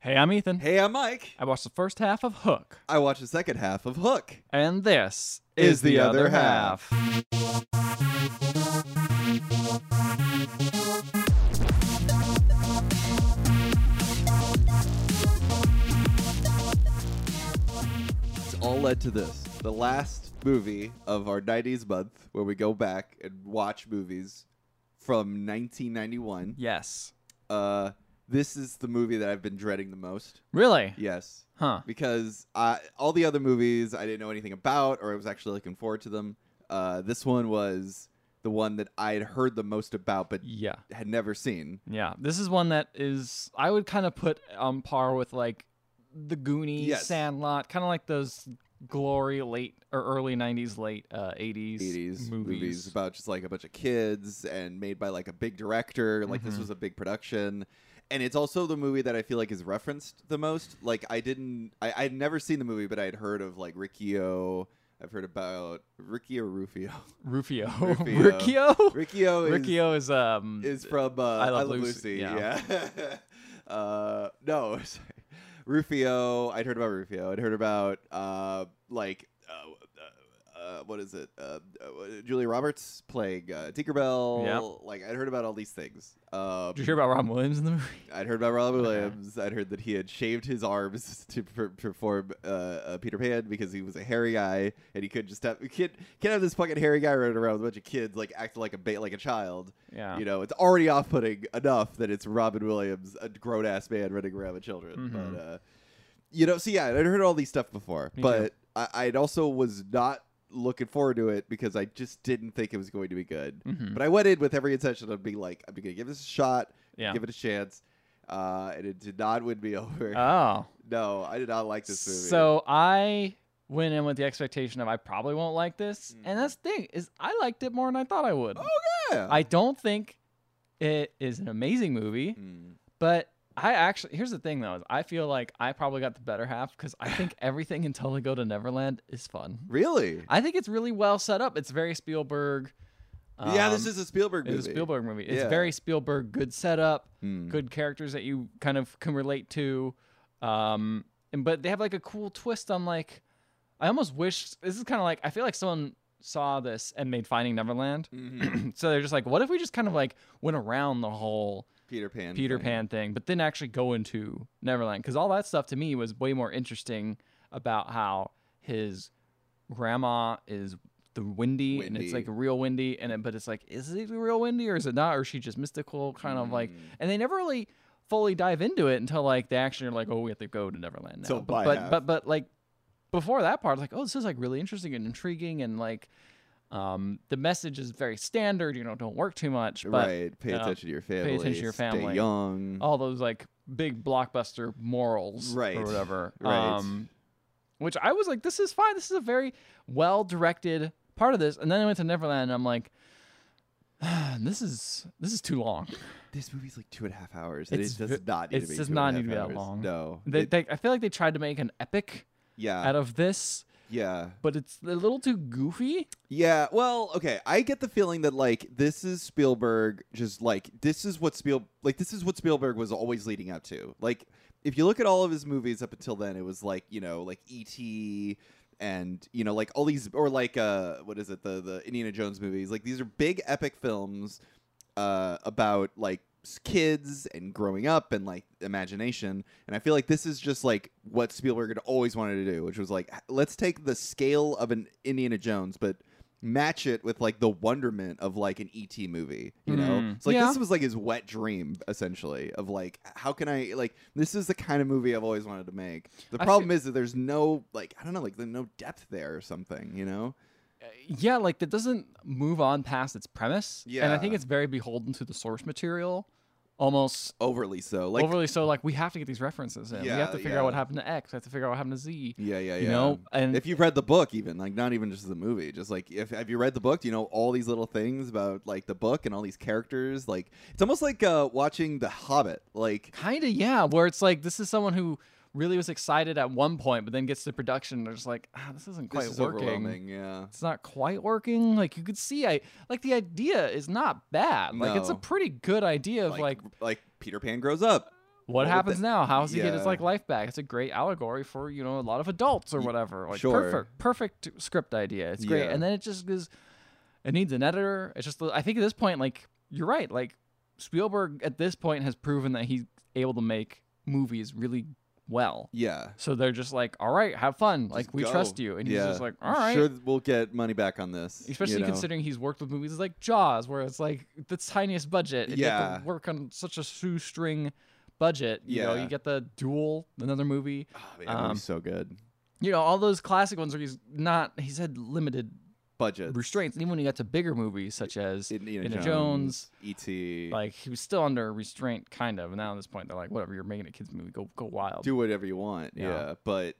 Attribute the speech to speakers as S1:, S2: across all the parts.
S1: Hey, I'm Ethan.
S2: Hey, I'm Mike.
S1: I watched the first half of Hook,
S2: I watched the second half of Hook.
S1: and this
S2: Is the other half. It's all led to this the last movie of our 90s month where we go back and watch movies from 1991.
S1: Yes.
S2: Uh, this is the movie that I've been dreading the most.
S1: Really?
S2: Yes.
S1: Huh.
S2: because I, all the other movies I didn't know anything about, or I was actually looking forward to them. Uh, this one was the one that I had heard the most about, but
S1: Yeah.
S2: had never seen.
S1: Yeah. This is one that is I would kind of put on par with like the Goonies,
S2: Yes.
S1: Sandlot, kind of like those glory late or early 90s, late uh, 80s,
S2: 80s movies.
S1: movies.
S2: about just like a bunch of kids and made by like a big director. Like this
S1: Mhm.
S2: was a big production. And it's also the movie that I feel like is referenced the most. Like I didn't, I, I'd never seen the movie, but I'd heard of like Riccio. I've heard about Riccio Rufio.
S1: Rufio.
S2: Rufio.
S1: Riccio?
S2: Riccio is
S1: Riccio is um
S2: is from uh, I, Love Lucy.
S1: yeah.
S2: Yeah. uh, no, sorry. Rufio. I'd heard about Rufio. I'd heard about uh, like uh, uh, what is it? Uh, uh, Julia Roberts playing uh, Tinkerbell.
S1: Yeah.
S2: Like I'd heard about all these things. Um,
S1: Did you hear about Ron Williams in the movie?
S2: I'd heard about Robin
S1: Okay.
S2: Williams. I'd heard that he had shaved his arms to per- perform uh, uh, Peter Pan because he was a hairy guy and he couldn't just have you can't, can't have this fucking hairy guy running around with a bunch of kids like acting like a ba- like a child.
S1: Yeah.
S2: You know, it's already off putting enough that it's Robin Williams, a grown ass man running around with children.
S1: Mhm.
S2: But uh you know, so yeah, I'd heard all these stuff before.
S1: Me too.
S2: but I, I'd also was not looking forward to it because I just didn't think it was going to be good.
S1: Mhm.
S2: But I went in with every intention of being like, I'm gonna give this a shot,
S1: Yeah.
S2: give it a chance. Uh, and it did not win me over.
S1: Oh.
S2: no, I did not like this movie.
S1: So I went in with the expectation of I probably won't like this,
S2: Mm.
S1: and that's the thing is I liked it more than I thought I
S2: Oh,
S1: would.
S2: yeah.
S1: I don't think it is an amazing movie,
S2: Mm.
S1: but I actually here's the thing though is I feel like I probably got the better half because I think everything until they go to Neverland is fun.
S2: really?
S1: I think it's really well set up. It's very Spielberg.
S2: yeah,
S1: um,
S2: this is a Spielberg movie.
S1: it's a Spielberg movie. It's
S2: Yeah.
S1: very Spielberg. Good setup
S2: Mm.
S1: good characters that you kind of can relate to. Um, and but they have like a cool twist on like I almost wish this is kind of like I feel like someone saw this and made Finding Neverland.
S2: Mhm.
S1: so they're just like, what if we just kind of like went around the whole
S2: Peter Pan.
S1: Peter
S2: thing.
S1: Pan thing, but then actually go into Neverland because all that stuff to me was way more interesting about how his grandma is the windy, and it's like
S2: Wendy.
S1: real windy and it, but it's like is it real windy or is it not or is she just mystical kind of like
S2: Mm.
S1: and they never really fully dive into it until like they actually are like oh we have to go to Neverland now
S2: So
S1: but
S2: by
S1: but,
S2: half.
S1: but but like before that part like oh this is like really interesting and intriguing and like um the message is very standard you know don't work too much but
S2: right. Pay
S1: you know,
S2: attention to your family.
S1: attention to your
S2: Stay
S1: family. Oh,
S2: young.
S1: all those like big blockbuster morals
S2: Right.
S1: or whatever um,
S2: Right.
S1: which i was like this is fine this is a very well directed part of this and then i went to neverland and i'm like "Ah, this is this is too long
S2: this movie's like two and a half hours, and
S1: It's
S2: it does
S1: ve-
S2: not need
S1: it
S2: to be.
S1: does
S2: two and
S1: not
S2: a
S1: need
S2: half
S1: to be that
S2: hours.
S1: long.
S2: No.
S1: they,
S2: It-
S1: they, i feel like they tried to make an epic
S2: yeah.
S1: out of this
S2: Yeah.
S1: but it's a little too goofy
S2: Yeah, well, okay. I get the feeling that like this is Spielberg just like this is what Spiel like this is what Spielberg was always leading up to. Like if you look at all of his movies up until then, it was like, you know, like E.T. and you know, like all these or like uh what is it, the the Indiana Jones movies. Like these are big epic films uh about like s- kids and growing up and like imagination and i feel like this is just like what spielberg had always wanted to do which was like h- let's take the scale of an indiana jones but match it with like the wonderment of like an ET movie, you know?
S1: Mm.
S2: So like
S1: Yeah.
S2: this was like his wet dream essentially of like how can I like this is the kind of movie I've always wanted to make. The
S1: I
S2: problem is that there's no like I don't know like there's no depth there or something, you know?
S1: Uh, yeah like that doesn't move on past its premise and i think
S2: Yeah.
S1: it's very beholden to the source material almost
S2: Overly so. Like
S1: overly so like we have to get these references in. we have
S2: Yeah,
S1: to figure out what
S2: yeah.
S1: happened to X. We have to figure out what happened to Z.
S2: yeah, yeah, yeah.
S1: You know, and
S2: if you've read the book even like not even just the movie just like if have you read the book do you know all these little things about like the book and all these characters like it's almost like uh watching the hobbit like
S1: kind of yeah, where it's like this is someone who really was excited at one point, but then gets to production and they're just like, ah, this isn't quite
S2: this is
S1: working.
S2: overwhelming yeah
S1: It's not quite working. Like you could see, I like the idea is not bad. Like it's a
S2: No.
S1: pretty good idea of like,
S2: like Peter Pan grows up.
S1: what
S2: would
S1: happens now? How does he get his
S2: Yeah.
S1: like life back? It's a great allegory for you know a lot of adults or whatever. Like
S2: sure.
S1: perfect, perfect script idea. It's great,
S2: Yeah.
S1: and then it just is. It needs an editor. It's just I think at this point, like you're right. Like Spielberg at this point has proven that he's able to make movies really well.
S2: Yeah.
S1: So they're just like, all right, have fun. Like we
S2: go.
S1: trust you, and he's
S2: Yeah.
S1: just like, all
S2: I'm
S1: right.
S2: Sure, we'll get money back on this. you
S1: Especially
S2: know?
S1: considering he's worked with movies like Jaws, where it's like the tiniest budget. And You have
S2: Yeah.
S1: to work on such a shoestring budget. You know,
S2: Yeah.
S1: you get the Duel, another movie.
S2: Oh, man, that
S1: um,
S2: movie's so good.
S1: You know, all those classic ones where he's not, he's had limited
S2: Budget.
S1: restraints. And even when he got to bigger movies such as
S2: Indiana,
S1: Indiana
S2: Jones. E
S1: Jones,
S2: E.T.
S1: like he was still under restraint, kind of. And now at this point, they're like, whatever, you're making a kids movie, go go wild.
S2: do whatever you want. Yeah.
S1: Yeah.
S2: but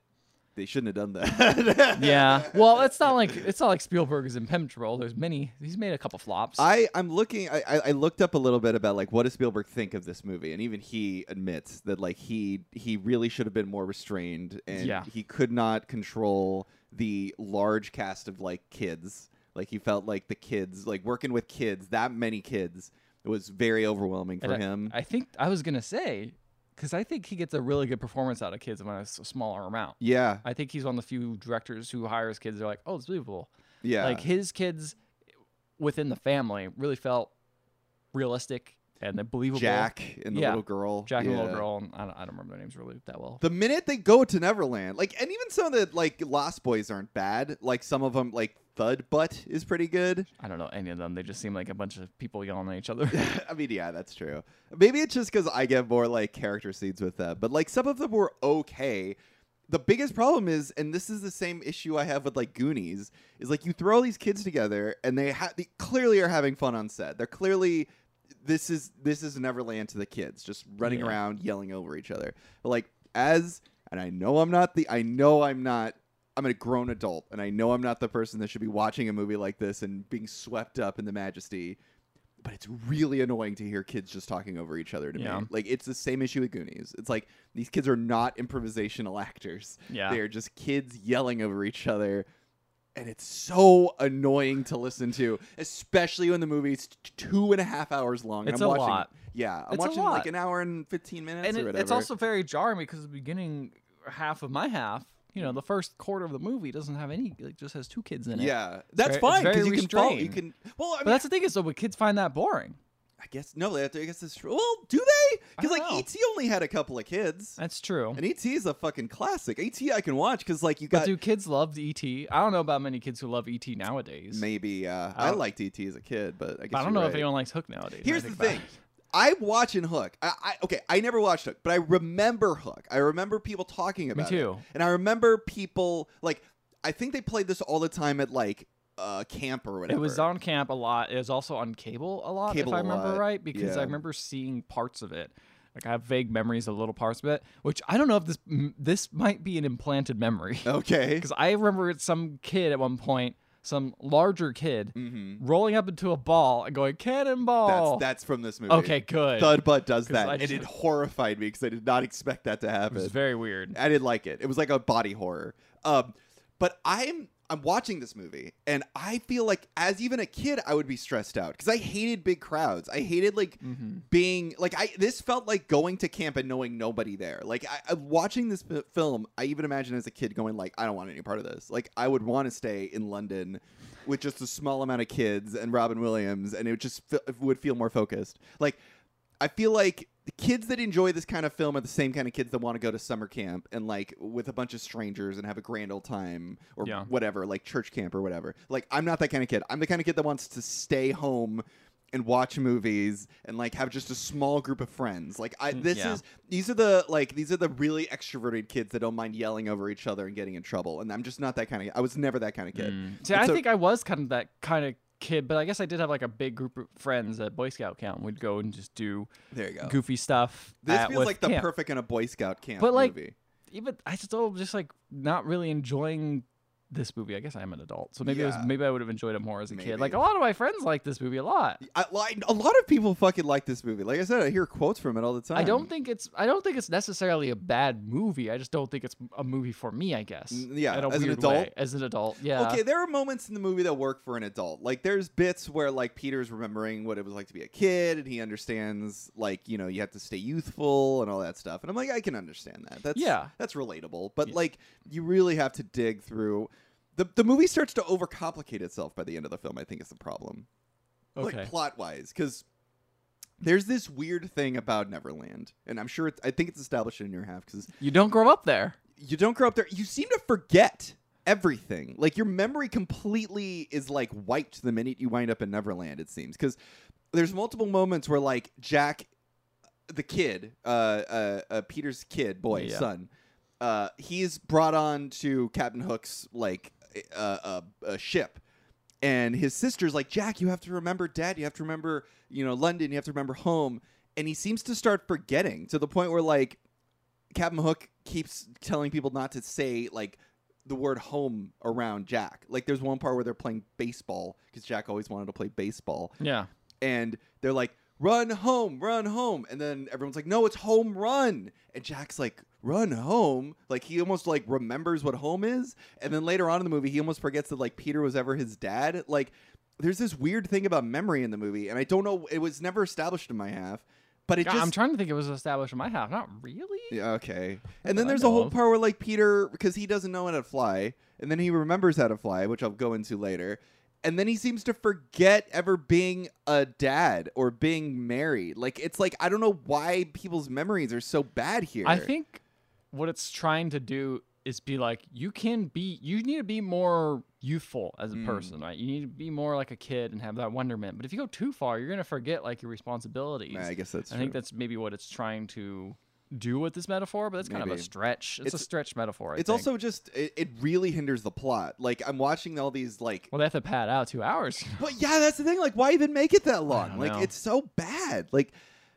S2: they shouldn't have done that.
S1: yeah. Well, it's not like it's not like Spielberg is impenetrable. There's many. He's made a couple flops.
S2: I I'm looking. I I I looked up a little bit about like what does Spielberg think of this movie, and even he admits that like he he really should have been more restrained, and
S1: Yeah.
S2: he could not control the large cast of like kids. Like he felt like the kids, like working with kids, that many kids, it was very overwhelming for
S1: And
S2: him.
S1: I think I was gonna say because I think he gets a really good performance out of kids when it's a smaller amount.
S2: yeah,
S1: I think he's one of the few directors who hires kids. They're like, oh, it's believable.
S2: yeah,
S1: Like his kids within the family really felt realistic and they're believable.
S2: Jack and the
S1: Yeah.
S2: little girl,
S1: Jack and the little
S2: Yeah.
S1: girl. And I don't, I don't remember their names really that well.
S2: The minute they go to Neverland, like, and even some of the like Lost Boys aren't bad. Like some of them, like Thud Butt is pretty good.
S1: I don't know any of them. They just seem like a bunch of people yelling at each other.
S2: I mean, yeah, that's true. Maybe it's just because I get more like character seeds with them, but like some of them were okay. The biggest problem is, and this is the same issue I have with like Goonies, is like you throw all these kids together and they, ha- they clearly are having fun on set. They're clearly this is this is Neverland to the kids, just running
S1: Yeah.
S2: around yelling over each other. But like as and I know I'm not the I know I'm not I'm a grown adult and I know I'm not the person that should be watching a movie like this and being swept up in the majesty but it's really annoying to hear kids just talking over each other to
S1: Yeah.
S2: me. Like it's the same issue with Goonies. It's like these kids are not improvisational actors.
S1: Yeah.
S2: They're just kids yelling over each other. And it's so annoying to listen to, especially when the movie's t- two and a half hours long. and
S1: It's
S2: I'm
S1: a
S2: watching,
S1: lot.
S2: Yeah, I'm
S1: It's a
S2: watching like
S1: lot.
S2: an hour and fifteen minutes
S1: and
S2: or
S1: it,
S2: whatever.
S1: it's also very jarring because the beginning half of my half, you know, the first quarter of the movie doesn't have any. Like, just has two kids in it.
S2: yeah,
S1: very-
S2: that's
S1: it's
S2: fine
S1: very
S2: because you can follow. You
S1: restrained.
S2: can well, I mean,
S1: But that's the thing is, though, would kids find that boring?
S2: I guess no, I guess it's true. Well, do they? Because
S1: I
S2: like
S1: don't know.
S2: ET only had a couple of kids.
S1: That's true.
S2: And ET is a fucking classic. ET I can watch because like you
S1: But
S2: got
S1: do kids love ET? I don't know about many kids who love ET nowadays.
S2: maybe uh, I
S1: don't-
S2: liked ET as a kid, but I guess
S1: But I don't
S2: you're
S1: know
S2: right.
S1: if anyone likes Hook nowadays. when I
S2: Here's the
S1: think about
S2: thing.
S1: it.
S2: I watch in Hook. I, I okay. I never watched Hook, but I remember Hook. I remember people talking about it.
S1: too.
S2: And I remember people like I think they played this all the time at like uh, camp or whatever.
S1: It was on camp a lot. It was also on cable a lot,
S2: Cable
S1: if I
S2: a
S1: remember
S2: lot,
S1: right, because
S2: yeah.
S1: I remember seeing parts of it. Like I have vague memories of little parts of it, which I don't know if this m- this might be an implanted memory.
S2: okay.
S1: Because I remember it's some kid at one point, some larger kid,
S2: Mm-hmm.
S1: rolling up into a ball and going cannonball.
S2: That's that's from this movie.
S1: Oh. okay, good.
S2: Thud Butt does
S1: 'Cause I
S2: that, and
S1: just-
S2: it horrified me because I did not expect that to
S1: It
S2: happen.
S1: was very weird.
S2: I didn't like it. It was like a body horror. Um, but I'm I'm watching this movie, and I feel like as even a kid, I would be stressed out because I hated big crowds. I hated like
S1: Mm-hmm.
S2: being like I. This felt like going to camp and knowing nobody there. Like I, I'm watching this fi- film, I even imagine as a kid going like, I don't want any part of this. Like I would want to stay in London with just a small amount of kids and Robin Williams, and it would just fe- it would feel more focused. Like I feel like the kids that enjoy this kind of film are the same kind of kids that want to go to summer camp and like with a bunch of strangers and have a grand old time or
S1: Yeah.
S2: whatever, like church camp or whatever. Like I'm not that kind of kid. I'm the kind of kid that wants to stay home and watch movies and like have just a small group of friends. Like I
S1: Mm,
S2: this
S1: yeah.
S2: is these are the like these are the really extroverted kids that don't mind yelling over each other and getting in trouble. And I'm just not that kind of I was never that kind of kid.
S1: Mm. See,
S2: And
S1: I
S2: so-
S1: think I was kind of that kind of kid, but I guess I did have like a big group of friends at Boy Scout camp. We'd go and just do
S2: There you go.
S1: goofy stuff.
S2: Oh. This
S1: at-
S2: feels
S1: with
S2: like the
S1: camp.
S2: perfect in a Boy Scout camp
S1: But, like,
S2: movie.
S1: Even I still just like not really enjoying this movie. I guess I am an adult, so maybe it was,
S2: Yeah.
S1: maybe I would have enjoyed it more as a kid. Like
S2: Maybe.
S1: a lot of my friends like this movie a lot.
S2: I, like, a lot of people fucking like this movie. Like I said, I hear quotes from it all the time.
S1: I don't think it's I don't think it's necessarily a bad movie. I just don't think it's a movie for me. I guess.
S2: N- yeah,
S1: In a
S2: as an
S1: weird
S2: adult?
S1: way. As an adult. Yeah.
S2: Okay, there are moments in the movie that work for an adult. Like there's bits where like Peter's remembering what it was like to be a kid and he understands like, you know, you have to stay youthful and all that stuff. And I'm like, I can understand that. That's
S1: Yeah.
S2: that's relatable. But
S1: Yeah.
S2: like you really have to dig through the, the movie starts to overcomplicate itself by the end of the film, I think is the problem.
S1: Okay.
S2: Like plot wise, because there's this weird thing about Neverland, and I'm sure it's, I think it's established in your half because
S1: You don't grow up there.
S2: you don't grow up there. You seem to forget everything. Like your memory completely is like wiped the minute you wind up in Neverland. It seems because there's multiple moments where like Jack, the kid, uh, uh, uh Peter's kid, boy,
S1: Yeah.
S2: son, uh, he's brought on to Captain Hook's like uh, uh, uh, ship. And his sister's like, Jack, you have to remember dad. You have to remember, you know, London. You have to remember home. And he seems to start forgetting to the point where, like, Captain Hook keeps telling people not to say like the word home around Jack. Like there's one part where they're playing baseball because Jack always wanted to play baseball,
S1: Yeah.
S2: and they're like run home, run home, and then everyone's like no, it's home run, and Jack's like run home, like he almost like remembers what home is, and then later on in the movie he almost forgets that like Peter was ever his dad. Like there's this weird thing about memory in the movie, and I don't know. It was never established in my half. But it
S1: God,
S2: just
S1: I'm trying to think. It was established in my house. Not really.
S2: yeah, okay. And
S1: that
S2: then
S1: I
S2: there's a
S1: know
S2: whole
S1: of.
S2: part where like Peter because he doesn't know how to fly, and then he remembers how to fly, which I'll go into later. And then he seems to forget ever being a dad or being married. Like it's like I don't know why people's memories are so bad here.
S1: I think what it's trying to do is be like you can be you need to be more youthful as a
S2: Mm.
S1: person, right? You need to be more like a kid and have that wonderment. But if you go too far, you're going to forget like your responsibilities.
S2: Nah, I guess that's
S1: I
S2: true.
S1: think that's maybe what it's trying to do with this metaphor, but it's kind of a
S2: Maybe.
S1: stretch. It's, a
S2: It's-
S1: stretch metaphor. I
S2: it's
S1: think.
S2: also just it, it really hinders the plot. Like I'm watching all these like
S1: well, they have to pad out two hours.
S2: But yeah, that's the thing. Like why even make it that long?
S1: don't
S2: Like
S1: know.
S2: it's so bad. Like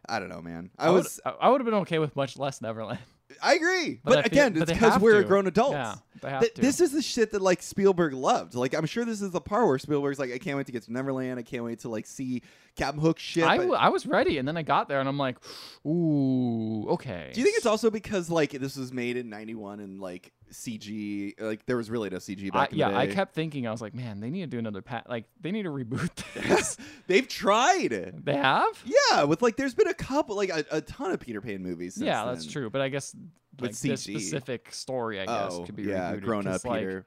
S2: I don't know, man. I,
S1: I would-
S2: was
S1: I I would have been okay with much less Neverland.
S2: I agree.
S1: But
S2: But,
S1: I feel-
S2: again,
S1: but
S2: it's
S1: they
S2: because
S1: have
S2: we're
S1: to.
S2: grown adults.
S1: Yeah, they have
S2: Th-
S1: to.
S2: This is the shit that like Spielberg loved. Like I'm sure this is the part where Spielberg's like, I can't wait to get to Neverland. I can't wait to like see Captain Hook shit.
S1: I,
S2: But
S1: w- I was ready, and then I got there, and I'm like, ooh, okay.
S2: do you think it's also because like this was made in '91 and like CG, like there was really no CG
S1: I,
S2: back in
S1: yeah,
S2: the
S1: I
S2: day.
S1: kept thinking, I was like, man, they need to do another pat. Like, they need to reboot this.
S2: They've tried.
S1: they have?
S2: Yeah, with like there's been a couple, like a, a ton of Peter Pan movies. Since
S1: yeah, that's
S2: then.
S1: true. But I guess like, this
S2: CG.
S1: specific story, I guess,
S2: Oh,
S1: could be
S2: yeah,
S1: rebooted,
S2: grown up
S1: 'cause, like,
S2: Peter.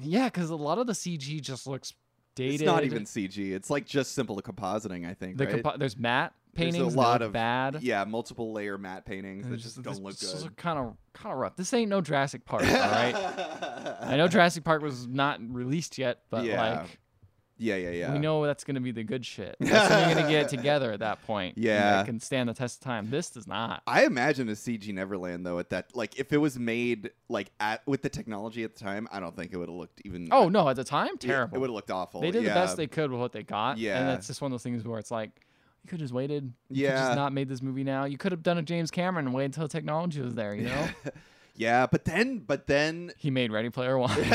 S1: Yeah, because a lot of the CG just looks dated.
S2: It's not even CG. It's like just simple compositing. I think.
S1: the
S2: right?
S1: compo- there's matte
S2: There's
S1: paintings.
S2: a
S1: that
S2: lot
S1: look
S2: of
S1: bad.
S2: Yeah, multiple layer matte paintings
S1: and
S2: that
S1: it's
S2: just don't look
S1: This is
S2: good.
S1: kind of kind of rough. This ain't no Jurassic Park, all right? I know Jurassic Park was not released yet, but
S2: Yeah.
S1: like
S2: Yeah, yeah, yeah.
S1: we know that's gonna be the good shit. That's when you're gonna get it together at that point. and
S2: Yeah.
S1: that can stand the test of time. This does not.
S2: I imagine a CG Neverland though. At that, like, if it was made like at with the technology at the time, I don't think it would have looked even.
S1: Oh no, at the time,
S2: it, It
S1: terrible.
S2: would have looked awful.
S1: they did
S2: yeah.
S1: the best they could with what they got.
S2: Yeah.
S1: and that's just one of those things where it's like. You could have just waited. You could
S2: Yeah.
S1: just not made this movie now. You could have done a James Cameron and waited until technology was there. You know,
S2: yeah, but then, but then.
S1: he made Ready Player One,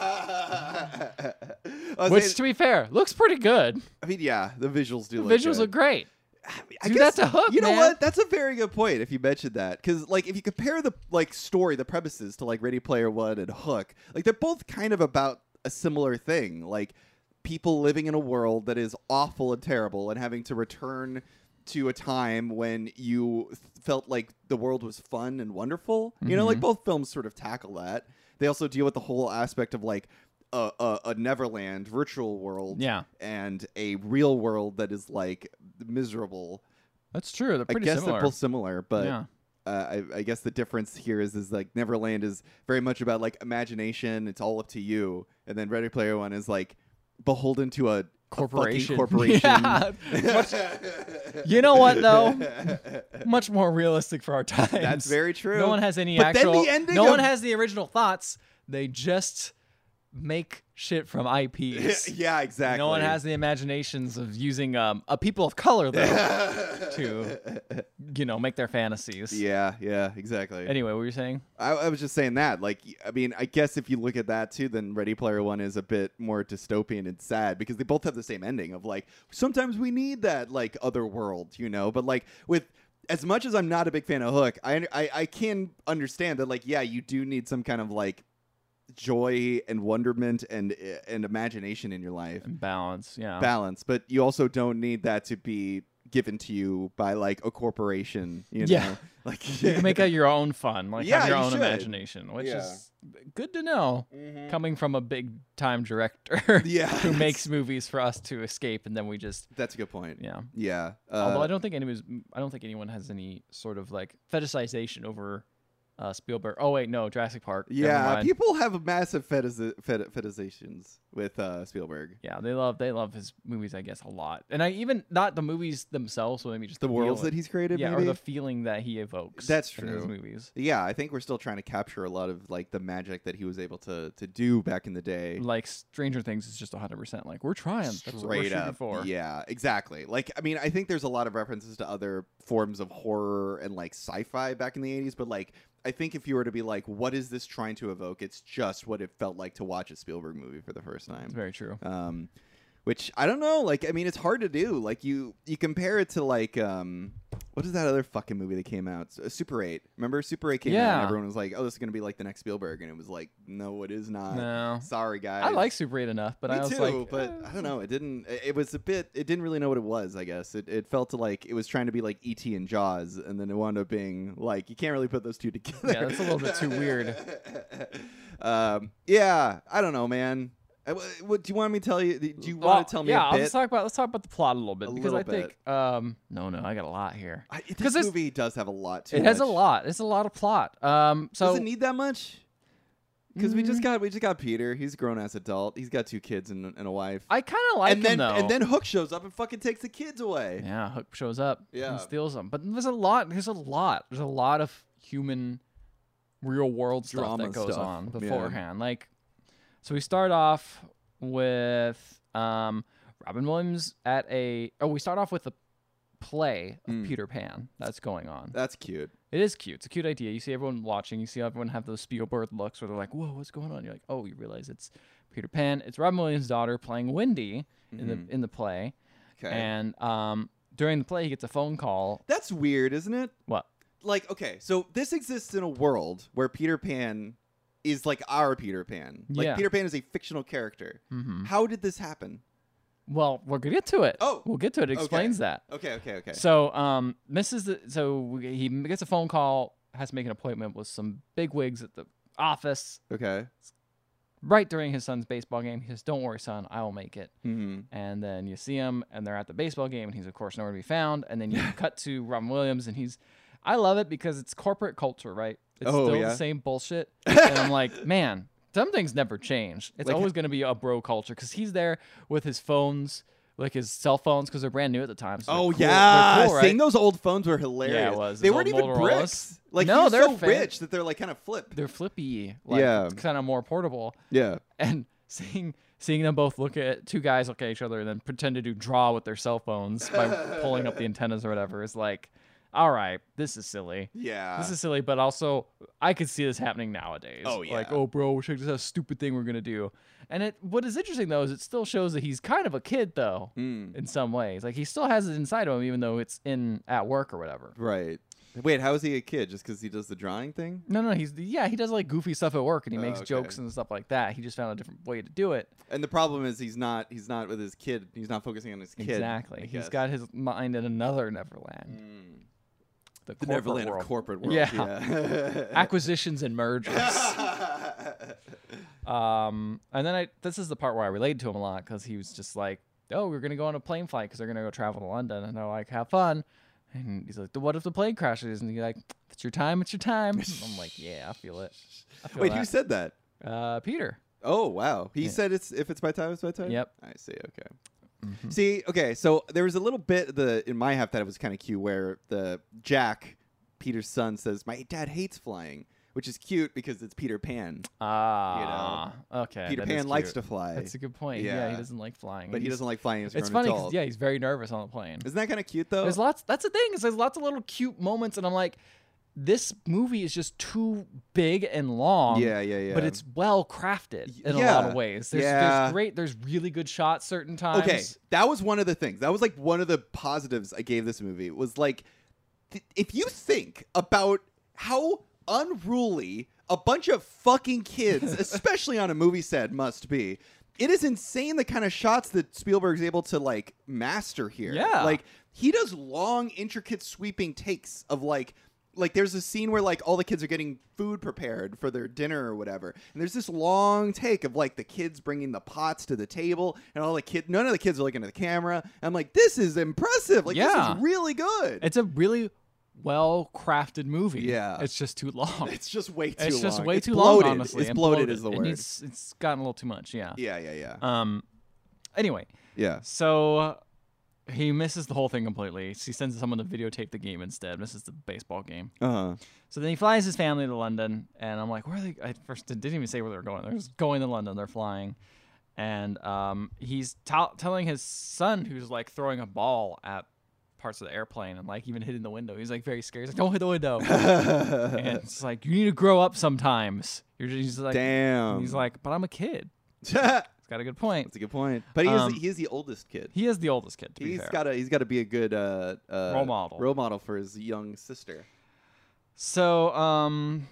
S2: I was
S1: which,
S2: saying-
S1: to be fair, looks pretty good.
S2: I mean, yeah, the visuals do.
S1: The
S2: look
S1: visuals
S2: good.
S1: look great.
S2: I mean, I
S1: Do
S2: guess-
S1: that to Hook,
S2: You know
S1: man.
S2: what? That's a very good point. If you mentioned that, because like if you compare the like story, the premises to like Ready Player One and Hook, like they're both kind of about a similar thing, like people living in a world that is awful and terrible, and having to return to a time when you th- felt like the world was fun and wonderful. You know,
S1: Mm-hmm.
S2: like both films sort of tackle that. They also deal with the whole aspect of like a, a, a Neverland virtual world
S1: Yeah.
S2: and a real world that is like miserable.
S1: That's true. They're
S2: I
S1: pretty
S2: guess
S1: similar.
S2: they're both similar, but
S1: Yeah.
S2: uh, I, I guess the difference here is is like Neverland is very much about like imagination. It's all up to you, and then Ready Player One is like beholden to a a fucking
S1: corporation.
S2: corporation.
S1: Yeah. you know what though? Much more realistic for our time.
S2: That's very true.
S1: No one has any
S2: But then
S1: actual.
S2: the ending
S1: no one
S2: of-
S1: has the original thoughts. They just make shit from IPs.
S2: yeah, exactly.
S1: No one has the imaginations of using um, a people of color though to you know make their fantasies.
S2: Yeah, yeah, exactly.
S1: Anyway, what were you saying?
S2: I, I was just saying that. Like, I mean, I guess if you look at that too, then Ready Player One is a bit more dystopian and sad because they both have the same ending of like sometimes we need that like other world, you know. But like with as much as I'm not a big fan of Hook, I I, I can understand that like yeah, you do need some kind of like joy and wonderment and eh, and imagination in your life
S1: And balance. Yeah.
S2: balance but you also don't need that to be given to you by like a corporation you know
S1: Yeah.
S2: like
S1: You can make out your own fun, like
S2: Yeah,
S1: have your
S2: you
S1: own
S2: should.
S1: imagination, which
S2: Yeah.
S1: is good to know
S2: Mhm.
S1: coming from a big time director
S2: yeah
S1: who makes movies for us to escape, and then we just
S2: that's a good point
S1: yeah.
S2: yeah
S1: Although I
S2: uh,
S1: don't think anyone, I don't think anyone has any sort of like fetishization over uh, Spielberg. Oh wait, no, Jurassic Park. Never
S2: yeah
S1: mind.
S2: people have massive fetiz- fet- fetishizations with uh spielberg
S1: yeah, they love they love his movies, I guess, a lot. And I even not the movies themselves, but maybe just
S2: the worlds that
S1: feeling-
S2: he's created
S1: yeah,
S2: maybe?
S1: or the feeling that he evokes.
S2: That's
S1: in his
S2: true.
S1: movies.
S2: yeah i think we're still trying to capture a lot of like the magic that he was able to to do back in the day
S1: Like Stranger Things is just 100 percent like we're trying. That's what we're
S2: straight
S1: shooting
S2: up.
S1: for.
S2: Yeah, exactly. Like, I mean, I think there's a lot of references to other forms of horror and like sci-fi back in the '80s, but like, I think if you were to be like, what is this trying to evoke? It's just what it felt like to watch a Spielberg movie for the first time.
S1: It's very true.
S2: Um, which I don't know. Like, I mean, it's hard to do. Like, you you compare it to like, um, what is that other fucking movie that came out? S- uh, Super Eight. Remember Super Eight came out?
S1: Yeah.
S2: And everyone was like, oh, this is gonna be like the next Spielberg, and it was like, no, it is not.
S1: no,
S2: Sorry, Uh, guys.
S1: I like Super 8 enough, but
S2: Me
S1: I was
S2: too,
S1: like,
S2: but
S1: eh.
S2: I don't know. It didn't. It, it was a bit. It didn't really know what it was. I guess it, it felt like it was trying to be like ET and Jaws, and then it wound up being like you can't really put those two together.
S1: Yeah, that's a little bit too weird.
S2: um, yeah, I don't know, man. I- wh- What, do you want me to tell you? Do you
S1: Well,
S2: want to tell me
S1: Uh, Yeah,
S2: a
S1: I'll
S2: bit?
S1: just talk about let's talk about the plot a little bit
S2: A
S1: because I
S2: little bit.
S1: think um no no I got a lot here.
S2: I- this
S1: 'Cause this-
S2: movie does have a lot. Too
S1: it has a
S2: much.
S1: lot. It's a lot of plot. Um so Mm.
S2: does it need that much? Because we just got we just got Peter. He's a grown ass adult. He's got two kids and, and a wife.
S1: I kind of like
S2: and then
S1: him though.
S2: and then Hook shows up and fucking takes the kids away.
S1: yeah, Hook shows up
S2: Yeah.
S1: and steals them. But there's a lot. There's a lot. There's a lot of human, real world stuff
S2: Drama
S1: that goes
S2: stuff,
S1: on
S2: yeah.
S1: beforehand. Like, so we start off with um Robin Williams at a. Oh, we start off with a play of
S2: Mm.
S1: Peter Pan that's going on.
S2: That's cute.
S1: It is cute. It's a cute idea. You see everyone watching. You see everyone have those Spielberg looks where they're like, "Whoa, what's going on?" You're like, "Oh, you realize it's Peter Pan. It's Robin Williams' daughter playing Wendy in
S2: Mm-hmm.
S1: the in the play."
S2: Okay.
S1: And um, during the play, he gets a phone call.
S2: That's weird, isn't it?
S1: What?
S2: Like, okay, so this exists in a world where Peter Pan is like our Peter Pan. Like
S1: Yeah.
S2: Peter Pan is a fictional character.
S1: hmm
S2: How did this happen?
S1: Well, we're gonna get to it.
S2: Oh,
S1: we'll get to it. It
S2: okay.
S1: explains that.
S2: Okay, okay, okay.
S1: So, um, Mrs. The, so we- he gets a phone call, has to make an appointment with some big wigs at the office
S2: okay.
S1: right during his son's baseball game. He says, "Don't worry, son, I will make it."
S2: hmm
S1: and then you see him and they're at the baseball game and he's of course nowhere to be found and then you cut to robin williams and he's i love it because it's corporate culture right it's
S2: Oh,
S1: still
S2: yeah.
S1: the same bullshit and i'm like man some things never change it's
S2: Like-
S1: always going to be a bro culture because he's there with his phones like his cell phones because they're brand new at the time so they're
S2: Oh
S1: cool- they're
S2: yeah,
S1: cool,
S2: seeing
S1: right?
S2: those old phones were hilarious.
S1: was.
S2: They
S1: Those
S2: weren't
S1: old
S2: even
S1: Motorola's.
S2: bricks. Like
S1: No,
S2: he's
S1: they're
S2: so
S1: fan-
S2: rich that they're like kind of flip.
S1: they're flippy like,
S2: Yeah.
S1: kind of more portable
S2: Yeah.
S1: and seeing seeing them both look at two guys look at each other and then pretend to do draw with their cell phones by pulling up the antennas or whatever is like all right this is silly
S2: Yeah.
S1: this is silly but also i could see this happening nowadays
S2: Oh,
S1: like
S2: yeah.
S1: oh bro check this out stupid thing we're gonna do and it what is interesting though is it still shows that he's kind of a kid though
S2: Mm,
S1: in some ways like he still has it inside of him even though it's in at work or whatever
S2: right. Wait, how is he a kid? Just because he does the drawing thing?
S1: no no he's yeah he does like goofy stuff at work and he
S2: Oh,
S1: makes
S2: okay.
S1: jokes and stuff like that he just found a different way to do it
S2: And the problem is he's not he's not with his kid. He's not focusing on his kid.
S1: Exactly.
S2: I
S1: He's
S2: guess.
S1: got his mind in another Neverland.
S2: Mm.
S1: The,
S2: the
S1: corporate
S2: Neverland
S1: world.
S2: of corporate world.
S1: Yeah.
S2: Yeah.
S1: Acquisitions and mergers. um, and then I this is the part where I related to him a lot because he was just like, "Oh, we're gonna go on a plane flight because they're gonna go travel to London," and they're like, "Have fun." And he's like, "What if the plane crashes?" And he's like, "If "It's your time. It's your time." I'm like, "Yeah, I feel it." I feel
S2: Wait,
S1: that.
S2: who said that?
S1: uh, Peter?
S2: Oh wow, he
S1: Yeah.
S2: said it's if it's my time, it's my time.
S1: Yep. Mm-hmm.
S2: I see. Okay. See, okay, so there was a little bit the in my half that it was kind of cute where the Jack Peter's son says, "My dad hates flying," which is cute because it's Peter Pan.
S1: Ah, okay.
S2: Peter
S1: that is
S2: Pan likes
S1: cute.
S2: to fly,
S1: That's a good point. Yeah, he
S2: Yeah.
S1: doesn't like flying,
S2: but he
S1: He's-
S2: doesn't like flying as a
S1: It's
S2: grown
S1: funny
S2: adult.
S1: because yeah, he's very nervous on the plane.
S2: Isn't that kind of cute though?
S1: There's lots. That's the thing. Is there's lots of little cute moments, and I'm like, this movie is just too big and long.
S2: yeah, yeah, yeah.
S1: But it's well crafted
S2: Y-
S1: in a lot of
S2: yeah,
S1: ways. There's,
S2: yeah.
S1: there's great. There's really good shots certain times.
S2: okay. That was one of the things. That was like one of the positives I gave this movie was like, th- if you think about how unruly a bunch of fucking kids, especially on a movie set, must be. It is insane the kind of shots that Spielberg's able to like master here.
S1: Yeah.
S2: Like he does long, intricate, sweeping takes of like like there's a scene where like all the kids are getting food prepared for their dinner or whatever and there's this long take of like the kids bringing the pots to the table and all the kid none of the kids are looking at the camera i'm like this is impressive like this
S1: Yeah.
S2: is really good
S1: It's a really well crafted movie.
S2: Yeah.
S1: It's just too long.
S2: It's just way too
S1: It's
S2: long.
S1: just way
S2: It's
S1: too
S2: bloated.
S1: long. Honestly,
S2: it's
S1: and
S2: bloated, is the
S1: It
S2: word.
S1: needs- it's gotten a little too much. Yeah.
S2: yeah, yeah, yeah,
S1: Um. Anyway,
S2: yeah.
S1: so uh, he misses the whole thing completely. He sends someone to videotape the game instead. Misses the baseball game.
S2: Uh-huh.
S1: So then he flies his family to London, and I'm like, where are they? I first didn't even say where they're going. They're just going to London. They're flying, and um, he's tell telling his son, who's like throwing a ball at parts of the airplane and like even hitting the window. He's like very scared. He's like, don't hit the window. and it's like you need to grow up sometimes. You're just he's like,
S2: Damn.
S1: he's like, but I'm a kid.
S2: Uh-huh. that's
S1: He's got a good point.
S2: a good point. But he is
S1: Um,
S2: the, he is the oldest kid.
S1: He is the oldest kid. To be
S2: He's
S1: fair.
S2: got to he's got to be a good uh, uh,
S1: Role model.
S2: role model for his young sister.
S1: So, um,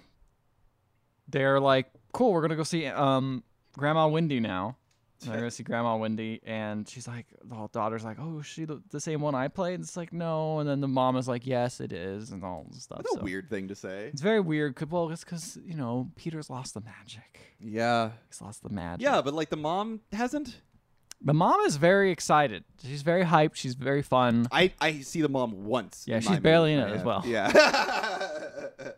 S1: they're like, cool, we're gonna go see um Grandma Wendy now. And they're gonna see Grandma Wendy, and she's like, the whole daughter's like, oh, is she the, the same one I played? And it's like, no. And then the mom is like, yes, it is, and all this stuff.
S2: That's a
S1: so.
S2: weird thing to say.
S1: It's very weird. 'cause- Well, it's because you know Peter's lost the magic.
S2: Yeah.
S1: He's lost the magic.
S2: Yeah, but like the mom hasn't.
S1: The mom is very excited. She's very hyped. She's very fun.
S2: I I see the mom once.
S1: Yeah,
S2: in
S1: she's
S2: my movie.
S1: barely in it as
S2: Yeah.
S1: well.
S2: Yeah.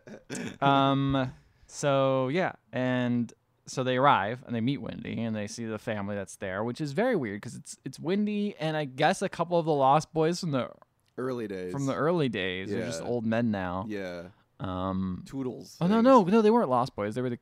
S1: um so yeah and so they arrive and they meet wendy and they see the family that's there which is very weird because it's it's wendy and i guess a couple of the lost boys from the
S2: Early days.
S1: from the early days they're just
S2: Yeah.
S1: old men now
S2: yeah
S1: um
S2: toodles.
S1: oh no no no they weren't lost boys they were the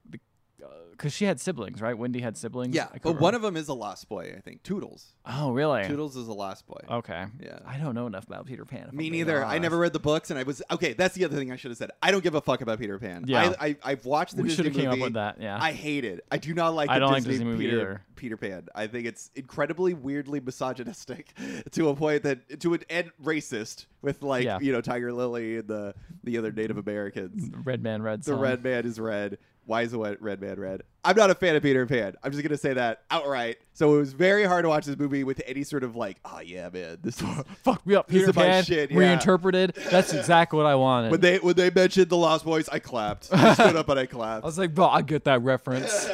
S1: because she had siblings right wendy had siblings
S2: Yeah,
S1: I
S2: but one of them is a lost boy. I think Toodles.
S1: oh really
S2: Toodles is a lost boy.
S1: okay
S2: Yeah.
S1: Oh, i don't know enough about peter pan if I'm
S2: Me
S1: being
S2: neither. I never
S1: honest.
S2: read the books, and I was okay. That's the other thing I should have said. I don't give a fuck about Peter Pan.
S1: Yeah.
S2: I, I I've watched the
S1: we should
S2: Disney
S1: have came
S2: movie.
S1: up with that yeah
S2: I hate it. I do not like.
S1: I
S2: the
S1: don't like
S2: Disney
S1: Disney movie
S2: Peter,
S1: either.
S2: Peter Pan. I think it's incredibly weirdly misogynistic to a point that to an end racist with like
S1: Yeah.
S2: you know Tiger Lily and the the other Native Americans.
S1: red man red
S2: The
S1: Son.
S2: red man is red. Why is the wet- red man red? I'm not a fan of Peter Pan. I'm just gonna say that outright. So it was very hard to watch this movie with any sort of like, oh yeah, man, this is
S1: fuck me up
S2: This
S1: peter
S2: is my
S1: pan
S2: shit, yeah.
S1: reinterpreted that's exactly what i wanted
S2: When they when they mentioned the Lost Boys, I clapped. I stood up and I
S1: I
S2: clapped.
S1: was like, bro, I get that reference.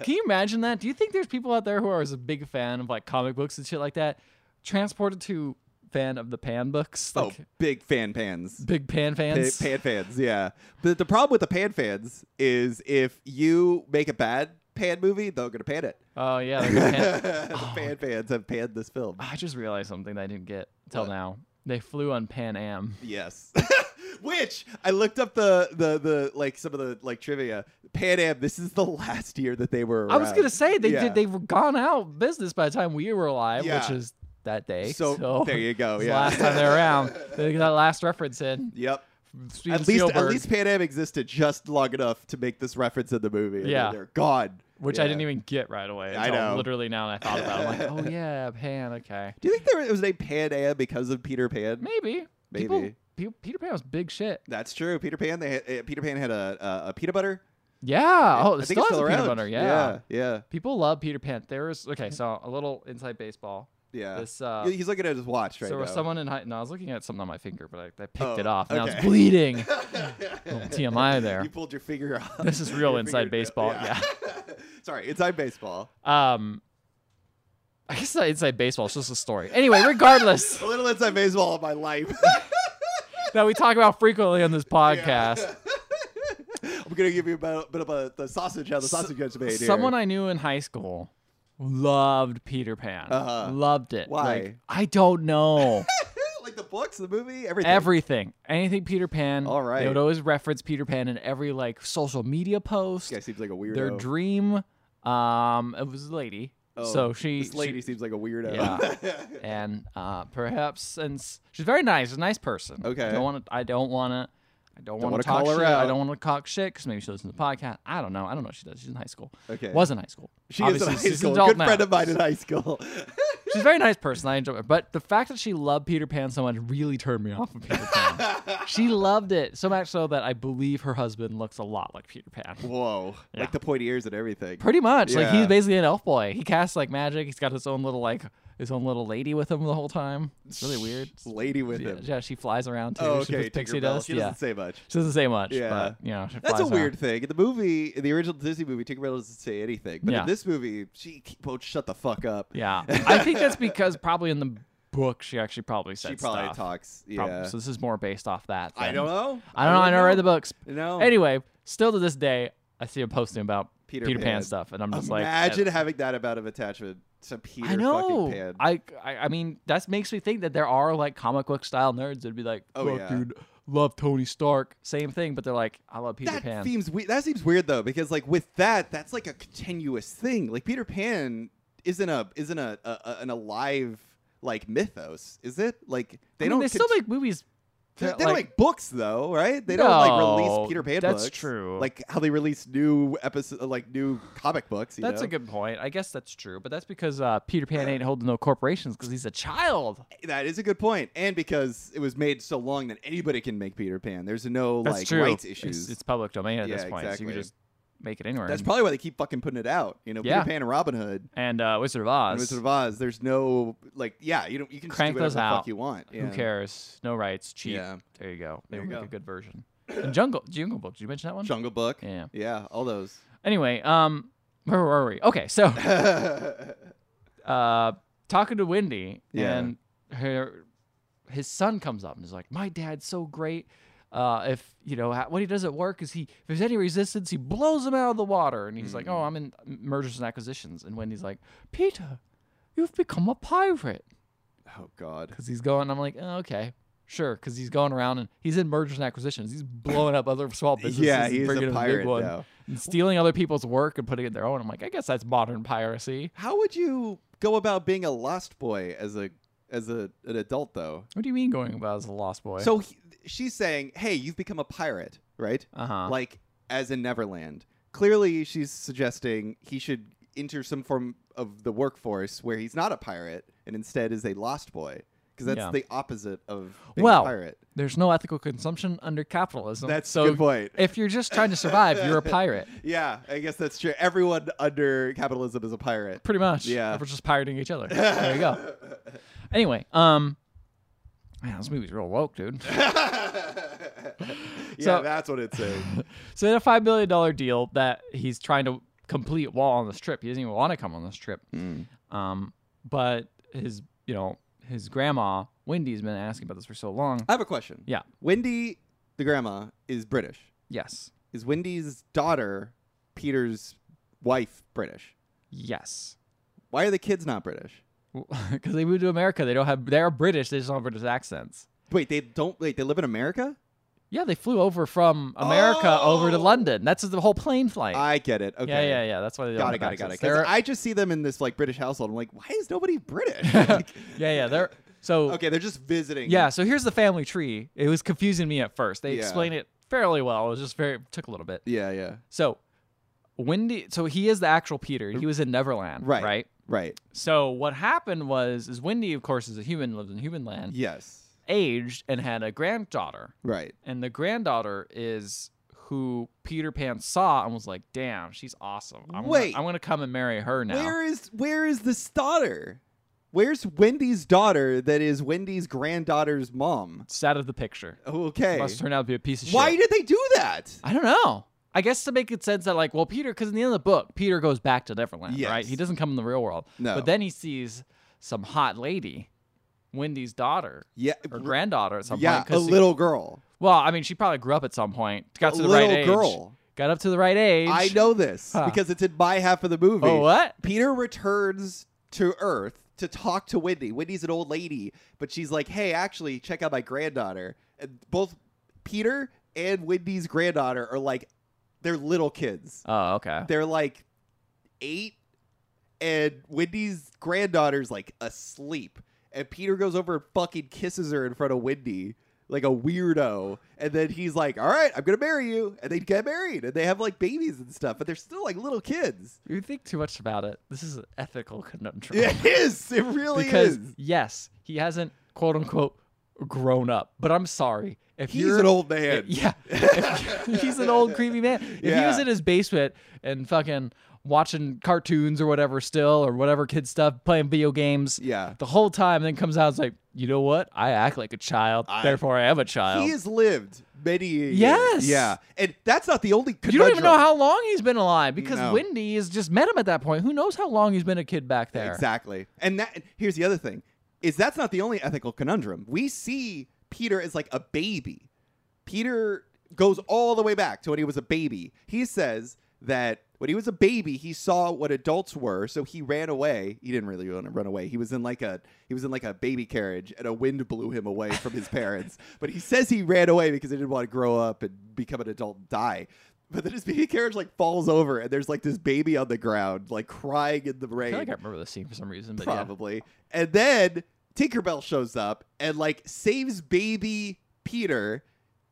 S1: Can you imagine that? Do you think there's people out there who are as a big fan of like comic books and shit like that, transported to fan of the Pan books,
S2: Oh,
S1: like
S2: big fan pans.
S1: big Pan
S2: Pa-
S1: fans?
S2: Pan fans, yeah. But the problem with the pan fans is if you make a bad pan movie, they're gonna pan it.
S1: Oh yeah, they're gonna pan-
S2: the pan fans have panned this film.
S1: I just realized something that I didn't get till
S2: What?
S1: now. They flew on Pan Am.
S2: Yes. Which I looked up the, the the like some of the like trivia. Pan Am, this is the last year that they were.
S1: I was gonna
S2: around.
S1: say they
S2: Yeah.
S1: did. They were gone out of business by the time we were alive,
S2: Yeah.
S1: which is that day.
S2: So,
S1: So,
S2: there you go.
S1: it's the
S2: Yeah.
S1: last time they're around, they got that last reference in.
S2: Yep.
S1: Steven
S2: at least at
S1: Spielberg.
S2: least Pan Am existed just long enough to make this reference in the movie. and then
S1: Yeah.
S2: they're gone.
S1: which I
S2: Yeah.
S1: didn't even get right away.
S2: I
S1: until
S2: know.
S1: Literally now, that I thought about. it, I'm like, oh yeah, Pan. Okay,
S2: Do you think there was, it was named Pan Am because of Peter Pan?
S1: maybe. People-
S2: Maybe.
S1: Pe- Peter Pan was big shit.
S2: That's true. Peter Pan. They had, uh, Peter Pan had a a, a peanut butter.
S1: Yeah. Oh,
S2: I
S1: it's
S2: think
S1: still, has
S2: it's still
S1: a
S2: around.
S1: peanut butter. Yeah.
S2: Yeah.
S1: People love Peter Pan. There was okay. So a little inside baseball.
S2: Yeah.
S1: This. Uh,
S2: He- He's looking at his watch
S1: so
S2: right
S1: there
S2: now.
S1: was someone in high. No, I was looking at something on my finger, but I, I picked it
S2: Oh,
S1: off. Now
S2: okay.
S1: it's bleeding. Little TMI there.
S2: You pulled your finger off.
S1: This is real
S2: Your
S1: inside
S2: fingernail.
S1: baseball,
S2: Sorry, inside baseball.
S1: Um, I guess not inside baseball. It's just a story. Anyway, regardless,
S2: A little inside baseball of my life.
S1: that we talk about frequently on this podcast.
S2: I'm gonna give you a bit bit of a, the sausage how the sausage gets made. here.
S1: Someone I knew in high school loved Peter Pan.
S2: Uh-huh.
S1: Loved it.
S2: Why?
S1: Like, I don't know.
S2: like the books, the movie, everything.
S1: Everything, anything Peter Pan.
S2: All right.
S1: They would always reference Peter Pan in every like social media post.
S2: this guy seems like a weirdo.
S1: Their dream. Um, it was a lady.
S2: Oh,
S1: so she.
S2: this lady
S1: she-
S2: seems like a weirdo.
S1: and uh, perhaps since she's very nice, a nice person.
S2: Okay.
S1: I don't want to. I don't want to. I don't want
S2: wanna
S1: to talk
S2: call her
S1: shit. I
S2: out.
S1: don't want to talk shit because maybe she listens to the podcast. I don't know. I don't know. What she does. She's in high school.
S2: okay.
S1: Was in high school.
S2: she is in
S1: Obviously,
S2: high
S1: she's an
S2: school.
S1: adult
S2: Good
S1: now.
S2: friend of mine in high school.
S1: She's a very nice person. I enjoy her. But the fact that she loved Peter Pan so much really turned me off of Peter Pan. she loved it so much so that I believe her husband looks a lot like Peter Pan.
S2: Whoa.
S1: Yeah.
S2: Like the pointy ears and everything.
S1: Pretty much. Like
S2: Yeah.
S1: he's basically an elf boy. He casts like magic. He's got his own little like his own little lady with him the whole time. It's really weird.
S2: Lady with
S1: Yeah,
S2: him.
S1: yeah, she flies around too.
S2: Oh,
S1: She
S2: okay.
S1: puts pixie
S2: Tinkerbell.
S1: dust.
S2: She
S1: yeah.
S2: doesn't say much.
S1: She doesn't say much,
S2: Yeah.
S1: but you know, she
S2: That's a
S1: flies around.
S2: weird thing. In the movie, in the original Disney movie, Tinkerbell doesn't say anything. But
S1: Yeah.
S2: in this movie, she won't shut the fuck up.
S1: Yeah. I think that's because probably in the book she actually probably said
S2: She probably
S1: stuff.
S2: talks. Yeah.
S1: Probably. So this is more based off that.
S2: I
S1: than-
S2: don't know.
S1: I don't know. I
S2: wouldn't
S1: never read the books.
S2: No.
S1: Anyway, still to this day, I see a posting about
S2: Peter
S1: Peter, Pan.
S2: Pan.
S1: stuff, and I'm just
S2: Imagine
S1: like,
S2: having that amount of attachment to Peter
S1: I know.
S2: fucking Pan.
S1: I, I I mean, that makes me think that there are like comic book style nerds that'd be like,
S2: Oh,
S1: "Look,
S2: yeah.
S1: dude, love Tony Stark, same thing," but they're like, "I love Peter
S2: that
S1: Pan."
S2: seems we- that seems weird though because like with that that's like a continuous thing. Like Peter Pan isn't a isn't a, a, a- an alive like mythos, is it? Like they
S1: I mean,
S2: don't
S1: They still
S2: cont-
S1: make movies.
S2: They,
S1: that,
S2: they don't
S1: like-
S2: make books though, right? They don't like
S1: No,
S2: release Peter Pan
S1: that's
S2: books.
S1: true.
S2: Like how they release new episode, like new comic books. you
S1: That's a
S2: know?
S1: good point. I guess that's true, but that's because uh, Peter Pan ain't holding no corporations because he's a child.
S2: That is a good point, and because it was made so long that anybody can make Peter Pan. There's no
S1: That's
S2: like
S1: true.
S2: rights
S1: It's-
S2: issues.
S1: It's, public domain at
S2: Yeah,
S1: this point, so you
S2: exactly.
S1: can just make it anywhere.
S2: That's
S1: And-
S2: probably why they keep fucking putting it out. You know,
S1: Yeah.
S2: Peter Pan and Robin Hood
S1: and uh, Wizard of
S2: and
S1: Oz.
S2: Wizard of Oz. There's no like, yeah, you don't you can just
S1: Crank
S2: do whatever
S1: those
S2: the
S1: out.
S2: fuck you want. Yeah.
S1: Who cares? No rights. Cheap.
S2: Yeah.
S1: There you go.
S2: There
S1: There
S2: you
S1: you
S2: go.
S1: a good version. And Jungle Jungle Book. Did you mention that one?
S2: Jungle Book.
S1: Yeah.
S2: yeah, all those.
S1: Anyway, um, where were we? Okay, so
S2: yeah,
S1: uh, talking to Wendy
S2: Yeah.
S1: and her, his son comes up and is like, "My dad's so great. Uh, if you know ha- what he does at work is he if there's any resistance, he blows him out of the water." And he's like,
S2: Mm.
S1: "Oh, I'm in mergers and acquisitions." And Wendy's like, "Peter, you've become a pirate."
S2: oh god.
S1: because he's going. I'm like, oh, okay, sure, because he's going around and he's in mergers and acquisitions. He's blowing up other small businesses.
S2: Yeah,
S1: and
S2: he's
S1: bringing
S2: a
S1: in
S2: pirate
S1: big one,
S2: now.
S1: and stealing other people's work and putting it in their own. I'm like, I guess that's modern piracy.
S2: How would you go about being a lost boy as a as a, an adult though?
S1: What do you mean going about as a lost boy?
S2: So he, she's saying, "Hey, you've become a pirate, right?
S1: uh huh.
S2: Like as in Neverland." Clearly, she's suggesting he should enter some form of the workforce where he's not a pirate and instead is a lost boy, because that's
S1: Yeah.
S2: the opposite of being
S1: Well,
S2: a pirate.
S1: there's no ethical consumption under capitalism.
S2: That's
S1: so
S2: a good point.
S1: if you're just trying to survive, you're a pirate,
S2: Yeah, I guess that's true. Everyone under capitalism is a pirate.
S1: pretty much.
S2: Yeah.
S1: we're just pirating each other. There you go. Anyway, um, man, this movie's real woke, dude.
S2: yeah,
S1: So-
S2: that's what it's saying.
S1: So they had a five billion dollar deal that he's trying to complete while on this trip. He doesn't even want to come on this trip.
S2: Hmm.
S1: Um, but his, you know, his grandma Wendy's been asking about this for so long.
S2: I have a question.
S1: Yeah.
S2: Wendy, the grandma, is British.
S1: Yes.
S2: Is Wendy's daughter, Peter's wife, British?
S1: Yes.
S2: Why are the kids not British?
S1: Because they moved to America, they don't have. They are British. They just don't have British accents.
S2: Wait, they don't. Wait, they live in America?
S1: Yeah, they flew over from America over to
S2: Oh!
S1: London. That's the whole plane flight.
S2: I get it. Okay.
S1: Yeah, yeah, yeah. That's why they don't
S2: Got
S1: have
S2: it, got it, got it.
S1: accents.
S2: 'Cause
S1: They're-
S2: I just see them in this like British household. I'm like, why is nobody British? Like,
S1: yeah, yeah. They're so
S2: okay, they're just visiting.
S1: Yeah, so here's the family tree. It was confusing me at first. They
S2: Yeah.
S1: explained it fairly well. It was just very took a little bit.
S2: Yeah, yeah.
S1: So Wendy so he is the actual Peter. He was in Neverland.
S2: Right.
S1: Right.
S2: Right.
S1: So what happened was is Wendy, of course, is a human, lives in human land,
S2: Yes.
S1: aged and had a granddaughter.
S2: Right.
S1: And the granddaughter is who Peter Pan saw and was like, damn, she's awesome. I'm
S2: Wait.
S1: Gonna, I'm gonna come and marry her now.
S2: Where is where is this daughter? Where's Wendy's daughter that is Wendy's granddaughter's mom?
S1: It's out of the picture.
S2: Okay.
S1: Must turn out to be a piece of
S2: Why
S1: shit.
S2: did they do that?
S1: I don't know. I guess to make it sense that like, well, Peter, because in the end of the book, Peter goes back to Neverland, right?
S2: Yes.
S1: He doesn't come in the real world.
S2: No.
S1: But then he sees some hot lady, Wendy's daughter
S2: Yeah.
S1: or granddaughter at some
S2: Yeah,
S1: point.
S2: a
S1: 'cause he-
S2: little girl.
S1: well, I mean, she probably grew up at some point. Got
S2: A
S1: to the right
S2: little
S1: age.
S2: girl.
S1: Got up to the right age.
S2: I know this
S1: Huh.
S2: because it's in my half of the movie.
S1: Oh, what?
S2: Peter returns to Earth to talk to Whitney. Whitney's an old lady, but she's like, "Hey, actually, check out my granddaughter." And both Peter and Whitney's granddaughter are like, they're little kids.
S1: Oh, okay.
S2: They're like eight, and Whitney's granddaughter's like asleep. And Peter goes over and fucking kisses her in front of Whitney like a weirdo. And then he's like, All right, I'm going to marry you. And they get married and they have like babies and stuff, but they're still like little kids.
S1: You think too much about it. This is an ethical conundrum.
S2: It is. It really
S1: because
S2: is.
S1: yes, he hasn't quote unquote grown up. But I'm sorry if
S2: He's
S1: you're
S2: an old man.
S1: Yeah, If- he's an old creepy man. If he was
S2: Yeah.
S1: in his basement and fucking watching cartoons or whatever, still or whatever kid stuff, playing video games
S2: Yeah.
S1: the whole time, then comes out and's like, you know what? I act like a child,
S2: I-
S1: therefore I am a child.
S2: He has lived many years.
S1: Yes.
S2: Yeah. And that's not the only
S1: you don't even know
S2: conundrum.
S1: how long he's been alive because
S2: No.
S1: Wendy has just met him at that point. Who knows how long he's been a kid back there?
S2: Exactly. And that here's the other thing is that's not the only ethical conundrum. We see Peter as like a baby. Peter goes all the way back to when he was a baby. He says that when he was a baby, he saw what adults were, so he ran away. He didn't really want to run away. He was in like a he was in like a baby carriage and a wind blew him away from his parents. But he says he ran away because he didn't want to grow up and become an adult and die. But then his baby carriage like falls over and there's like this baby on the ground, like crying in the
S1: I
S2: rain
S1: feel like I remember the scene for some reason, but yeah.
S2: probably. And then Tinkerbell shows up and like saves baby Peter,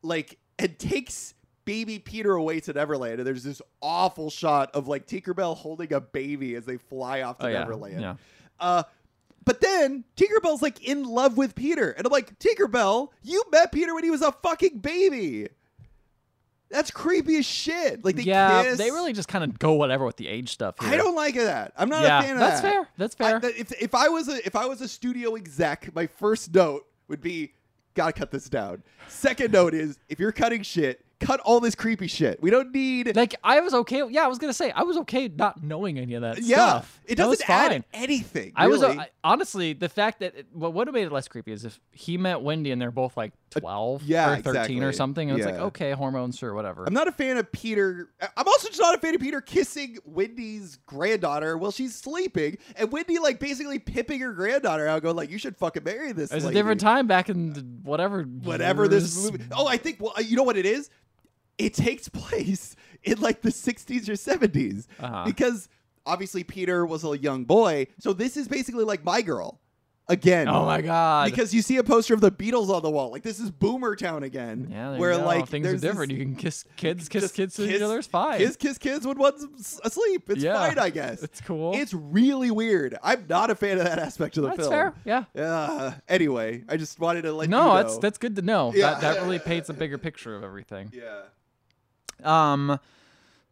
S2: like and takes baby Peter away to Neverland. And there's this awful shot of like Tinkerbell holding a baby as they fly off to
S1: Oh, yeah.
S2: Neverland.
S1: Yeah.
S2: Uh but then Tinkerbell's like in love with Peter. And I'm like, Tinkerbell, you met Peter when he was a fucking baby. That's creepy as shit. Like they
S1: yeah,
S2: kiss.
S1: they really just kind of go whatever with the age stuff. Here.
S2: I don't like that. I'm not
S1: yeah,
S2: a fan of
S1: that's
S2: that.
S1: fair. That's
S2: I-
S1: fair.
S2: that- if, if I was a if I was a studio exec, my first note would be, gotta cut this down. Second note is, if you're cutting shit, cut all this creepy shit. We don't need.
S1: like I was okay. Yeah, I was gonna say I was okay not knowing any of that
S2: yeah,
S1: stuff.
S2: it
S1: That was
S2: doesn't add
S1: fine.
S2: anything.
S1: I was uh,
S2: really.
S1: I, honestly the fact that it, what would have made it less creepy is if he met Wendy and they're both like twelve,
S2: Uh, yeah,
S1: or thirteen or
S2: exactly.
S1: something, and it's like
S2: Yeah.
S1: okay, hormones, sure, whatever.
S2: I'm not a fan of Peter. I- I'm also just not a fan of Peter kissing Wendy's granddaughter while she's sleeping, and Wendy like basically pipping her granddaughter out, going like, "You should fucking marry this."
S1: it was a
S2: lady."
S1: different time back in the, whatever
S2: whatever this
S1: years.
S2: movie. Oh, I think. Well, you know what it is. It takes place in like the 60s or 70s
S1: Uh-huh.
S2: because obviously Peter was a young boy. So this is basically like My Girl again.
S1: Oh my god!
S2: Because you see a poster of the Beatles on the wall. Like this is Boomer Town again.
S1: yeah, there
S2: where
S1: you go.
S2: like
S1: things are
S2: there's
S1: different.
S2: This,
S1: you can kiss kids, kiss
S2: just
S1: kids to each
S2: kiss-
S1: other. It's fine.
S2: kiss, kiss, kids when one's s- asleep. It's
S1: Yeah.
S2: fine, I guess.
S1: It's cool.
S2: It's really weird. I'm not a fan of that aspect of the
S1: that's
S2: film.
S1: fair. Yeah.
S2: Uh, anyway, I just wanted to let you
S1: No,
S2: know.
S1: that's that's good to know.
S2: Yeah.
S1: That that really paints a bigger picture of everything.
S2: yeah.
S1: Um,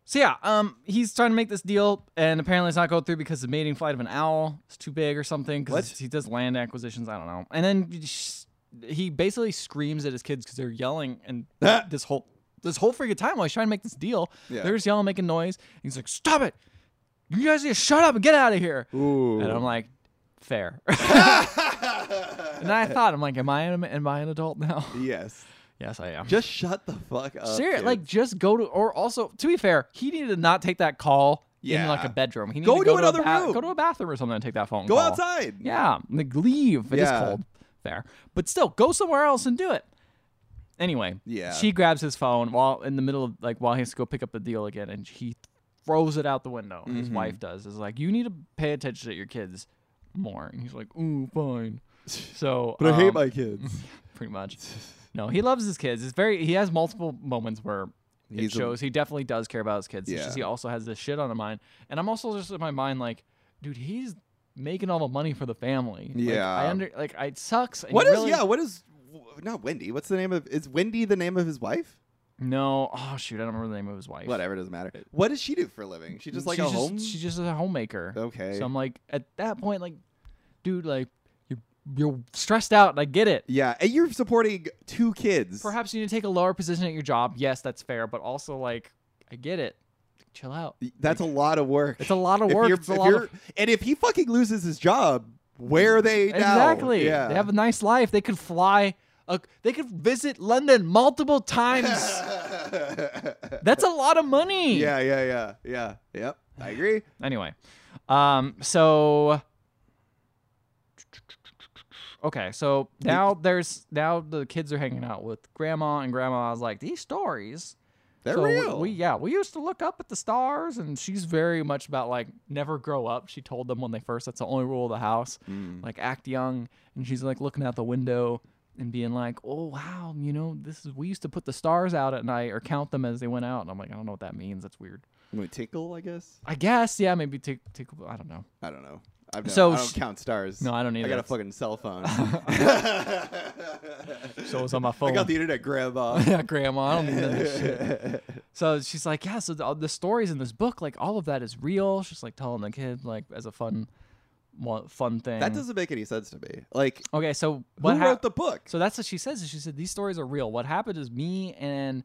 S1: so yeah, um, he's trying to make this deal, and apparently it's not going through because the mating flight of an owl is too big or something.
S2: What?
S1: Because he does land acquisitions, I don't know. And then sh- he basically screams at his kids because they're yelling and this whole this whole freaking time while he's trying to make this deal,
S2: Yeah.
S1: they're just yelling, making noise. And he's like, "Stop it! You guys need to shut up and get out of here."
S2: Ooh.
S1: And I'm like, "Fair." and I thought, I'm like, "Am I an, am I an adult now?"
S2: yes.
S1: yes, I am.
S2: Just shut the fuck up.
S1: Serious,
S2: kid.
S1: like just go to, or also to be fair, he needed to not take that call in like
S2: Yeah.
S1: a bedroom. He needed
S2: Go
S1: to
S2: to
S1: go to
S2: another
S1: a ba-
S2: room.
S1: go to a bathroom or something, and take that phone.
S2: go
S1: call.
S2: outside.
S1: Yeah, like leave. It is
S2: Yeah.
S1: cold. Fair, but still, go somewhere else and do it. Anyway,
S2: Yeah.
S1: she grabs his phone while in the middle of like while he has to go pick up the deal again, and he throws it out the window. His
S2: Mm-hmm.
S1: wife does is like, you need to pay attention to your kids more, and he's like, ooh, fine. So,
S2: But I hate
S1: um,
S2: my kids.
S1: pretty much. No, he loves his kids. It's very. He has multiple moments where it
S2: He's a-
S1: shows he definitely does care about his kids. It's just he
S2: Yeah.
S1: also has this shit on his mind, and I'm also just in my mind like, dude, he's making all the money for the family. Like,
S2: Yeah.
S1: I under like I, it sucks. and
S2: What
S1: you
S2: is
S1: really-
S2: yeah? What is w- not Wendy? What's the name of? Is Wendy the name of his wife?
S1: No, oh shoot, I don't remember the name of his wife.
S2: Whatever, doesn't matter. What does she do for a living? She just like
S1: she's
S2: a home.
S1: She's just a homemaker.
S2: Okay.
S1: So I'm like, at that point, like, dude, like, you're you're stressed out, and I get it.
S2: yeah, and you're supporting two kids.
S1: Perhaps you need to take a lower position at your job. Yes, that's fair, but also like, I get it. Chill out.
S2: That's a lot of work.
S1: It's a lot of
S2: If
S1: work.
S2: you're-
S1: It's a
S2: if
S1: lot
S2: you're-
S1: of
S2: and if he fucking loses his job, where are they now?
S1: exactly.
S2: Yeah.
S1: They have a nice life. They could fly. Uh, they could visit London multiple times. That's a lot of money.
S2: yeah, yeah, yeah, yeah. Yep. I agree.
S1: Anyway, um, so Okay, so now there's now the kids are hanging out with grandma and grandma. was like, these stories.
S2: They're
S1: so we-
S2: real.
S1: We, yeah, we used to look up at the stars, and she's very much about like never grow up. She told them when they first. That's the only rule of the house.
S2: Mm.
S1: Like act young, and she's like looking out the window and being like, "Oh wow, you know this is we used to put the stars out at night or count them as they went out." And I'm like, I don't know what that means. That's weird.
S2: You want to tinkle, I guess.
S1: I guess yeah, maybe take take. I don't know.
S2: I don't know. I've never,
S1: So
S2: I don't
S1: sh-
S2: count stars.
S1: No, I don't either.
S2: I got a
S1: That's-
S2: fucking cell phone.
S1: So it's on my
S2: I
S1: phone.
S2: got the internet, grandma.
S1: yeah, grandma. I don't need none of this shit. So she's like, yeah. So the, the stories in this book, like all of that is real. She's like telling the kid, like as a fun, one- fun thing.
S2: that doesn't make any sense to me. Like,
S1: Okay, so what
S2: who
S1: hap-
S2: wrote the book?
S1: So that's what she says. is She said these stories are real. What happened is me and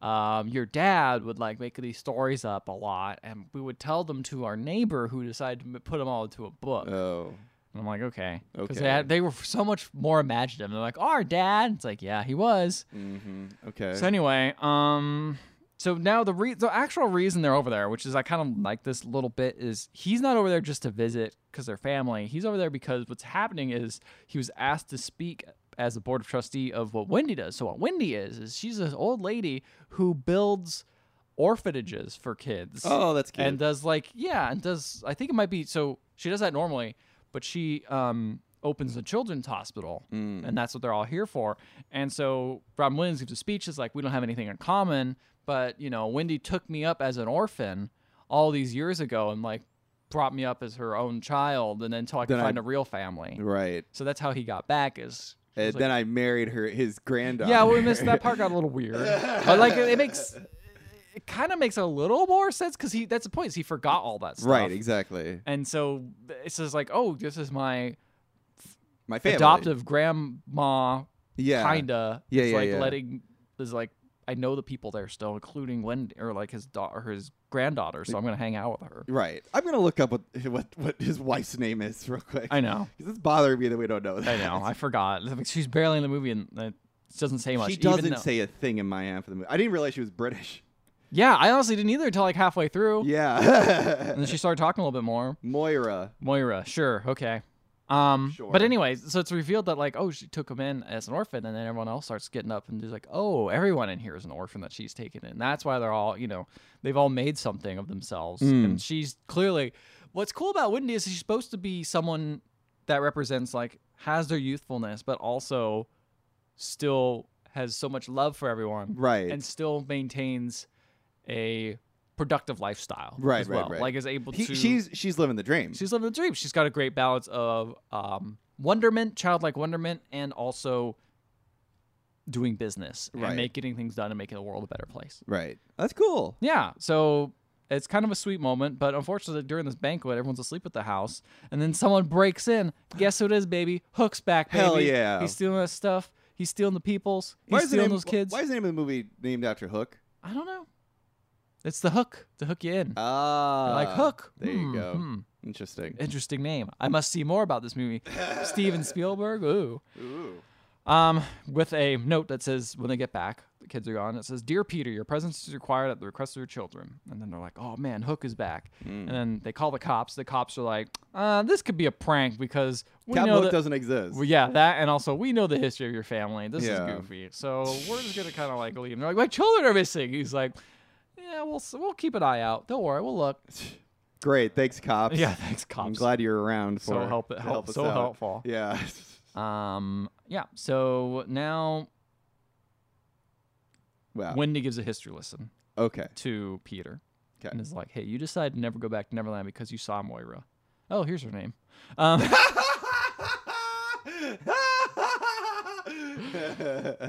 S1: um, your dad would like make these stories up a lot, and we would tell them to our neighbor who decided to m- put them all into a book.
S2: Oh,
S1: And I'm like, okay, because
S2: Okay.
S1: they, had- they were so much more imaginative. They're like, our dad. It's like, yeah, he was.
S2: mm-hmm. okay.
S1: So anyway, um, so now the re- the actual reason they're over there, which is I kind of like this little bit, is he's not over there just to visit because they're family. He's over there because what's happening is he was asked to speak as the board of trustee of what Wendy does. So what Wendy is is she's this old lady who builds orphanages for kids
S2: oh, that's cute.
S1: and uh, does like yeah and does i think it might be so she does that normally but she um opens a children's hospital
S2: Mm.
S1: and that's what they're all here for and so rob williams gives a speech is like we don't have anything in common but you know wendy took me up as an orphan all these years ago and like brought me up as her own child and until i could
S2: Then I-
S1: find a real family
S2: right.
S1: so that's how he got back is she
S2: And
S1: was like,
S2: then I married her, his granddaughter.
S1: yeah, we missed that part. Got a little weird, but like it, it makes it kind of makes a little more sense because he that's the point is he forgot all that stuff,
S2: Right, exactly.
S1: And so it's just like, oh, this is my
S2: My family.
S1: adoptive grandma,
S2: Yeah.
S1: kinda.
S2: Yeah,
S1: is
S2: yeah,
S1: like
S2: yeah.
S1: letting is like I know the people there still, including Wendy or like his daughter, his granddaughter. So I'm gonna hang out with her.
S2: Right. I'm gonna look up what what, what his wife's name is real quick.
S1: I know,
S2: 'Cause it's bothering me that we don't know. That.
S1: I know, I forgot. Like, She's barely in the movie and it doesn't say much.
S2: She
S1: even
S2: doesn't
S1: though-
S2: say a thing in my half of the movie. I didn't realize she was British.
S1: Yeah, I honestly didn't either until like halfway through,
S2: Yeah.
S1: and then she started talking a little bit more.
S2: Moira.
S1: Moira, sure, okay. Um, but
S2: Sure.
S1: anyways, so it's revealed that like, oh, she took him in as an orphan, and then everyone else starts getting up and is like, oh, everyone in here is an orphan that she's taken in. That's why they're all, you know, they've all made something of themselves,
S2: Hmm.
S1: and she's clearly. What's cool about Wendy is she's supposed to be someone that represents like has their youthfulness, but also still has so much love for everyone,
S2: Right.
S1: and still maintains a productive lifestyle,
S2: Right,
S1: as
S2: right,
S1: well.
S2: right.
S1: Like is able
S2: He-
S1: to.
S2: she's she's living the dream.
S1: She's living the dream. She's got a great balance of um, wonderment, childlike wonderment, and also doing business
S2: Right.
S1: and make, getting things done and making the world a better place.
S2: right. That's cool.
S1: Yeah. So it's kind of a sweet moment, but unfortunately, during this banquet, everyone's asleep at the house, and then someone breaks in. Guess who it is, baby? Hook's back, baby.
S2: Hell yeah.
S1: He's stealing his stuff. He's stealing the people's. He's
S2: the
S1: stealing
S2: name,
S1: those kids.
S2: Why is the name of the movie named after Hook?
S1: I don't know. It's the hook to hook you in.
S2: Ah.
S1: like hook.
S2: There you
S1: Hmm,
S2: go.
S1: hmm.
S2: Interesting.
S1: Interesting name. I must see more about this movie. Steven Spielberg. Ooh.
S2: Ooh.
S1: Um, with a note that says when they get back, the kids are gone. It says, "Dear Peter, your presence is required at the request of your children." And then they're like, "Oh man, Hook is back."
S2: Hmm.
S1: And then they call the cops. The cops are like, "Uh, this could be a prank because we
S2: Captain
S1: know
S2: Hook
S1: that."
S2: doesn't exist.
S1: Well, yeah, that, and also we know the history of your family. This
S2: Yeah.
S1: is goofy, so we're just gonna kind of like leave. And they're like, "My children are missing." He's like, "Yeah, we'll s- we'll keep an eye out. Don't worry, we'll look."
S2: Great. Thanks, cops.
S1: Yeah, thanks, cops.
S2: I'm glad you're around
S1: So
S2: for
S1: help-
S2: to
S1: help-
S2: us
S1: so
S2: out.
S1: helpful.
S2: Yeah.
S1: Um, yeah. So now
S2: wow.
S1: Wendy gives a history lesson
S2: okay.
S1: to Peter,
S2: Okay.
S1: and is like, "Hey, you decided to never go back to Neverland because you saw Moira. Oh, here's her name. Um,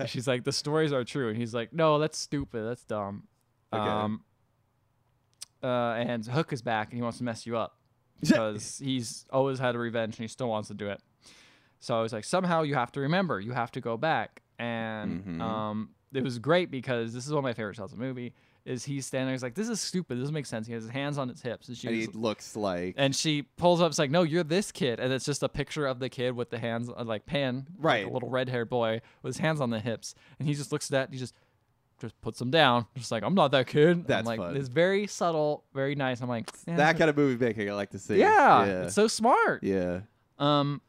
S1: she's like, the stories are true, and he's like, no, that's stupid. That's dumb.
S2: Okay.
S1: Um, uh, and Hook is back, and he wants to mess you up because he's always had a revenge, and he still wants to do it. So I was like, somehow you have to remember, you have to go back. And
S2: Mhm.
S1: um, it was great because this is one of my favorite shots of the movie. Is he's standing there, he's like, This is stupid, this doesn't make sense. He has his hands on his hips and she
S2: and
S1: was-
S2: he looks like
S1: and she pulls up, it's like, No, you're this kid and it's just a picture of the kid with the hands uh, like pan, like
S2: Right.
S1: a little red haired boy with his hands on the hips. And he just looks at that and he just just puts them down. Just like, I'm not that kid. I'm
S2: That's
S1: like
S2: fun.
S1: it's very subtle, very nice. I'm like, "Yeah,
S2: that kind of movie making I like to see.
S1: yeah,
S2: Yeah.
S1: it's so smart.
S2: yeah.
S1: Um,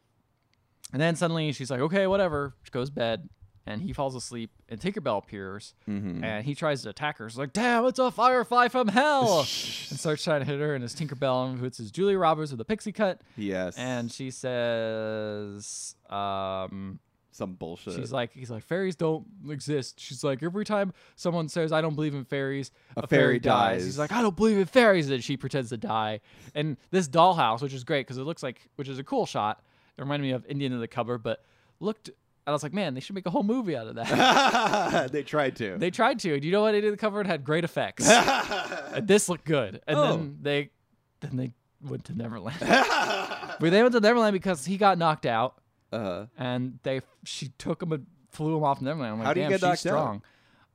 S1: And then suddenly she's like, okay, whatever. She goes to bed and he falls asleep and Tinkerbell appears
S2: Mm-hmm.
S1: and he tries to attack her. She's like, damn, it's a firefly from hell. and starts trying to hit her and it's Tinkerbell and it's his Julia Roberts with a pixie cut.
S2: Yes.
S1: And she says, um,
S2: some bullshit.
S1: she's like, he's like, fairies don't exist. She's like, every time someone says, I don't believe in fairies,
S2: A
S1: a fairy,
S2: fairy
S1: dies.
S2: dies.
S1: He's like, I don't believe in fairies. And she pretends to die. And this dollhouse, which is great because it looks like, which is a cool shot. It reminded me of Indian in the Cupboard, but looked, and I was like, man, they should make a whole movie out of that.
S2: they tried to.
S1: they tried to. Do you know what? Indian in the Cupboard had great effects. And this looked good. And
S2: Oh.
S1: then they, then they went to Neverland. but they went to Neverland because he got knocked out
S2: uh,
S1: and they she took him and flew him off Neverland. I'm like,
S2: How did he
S1: damn,
S2: get
S1: she's
S2: knocked out?
S1: strong.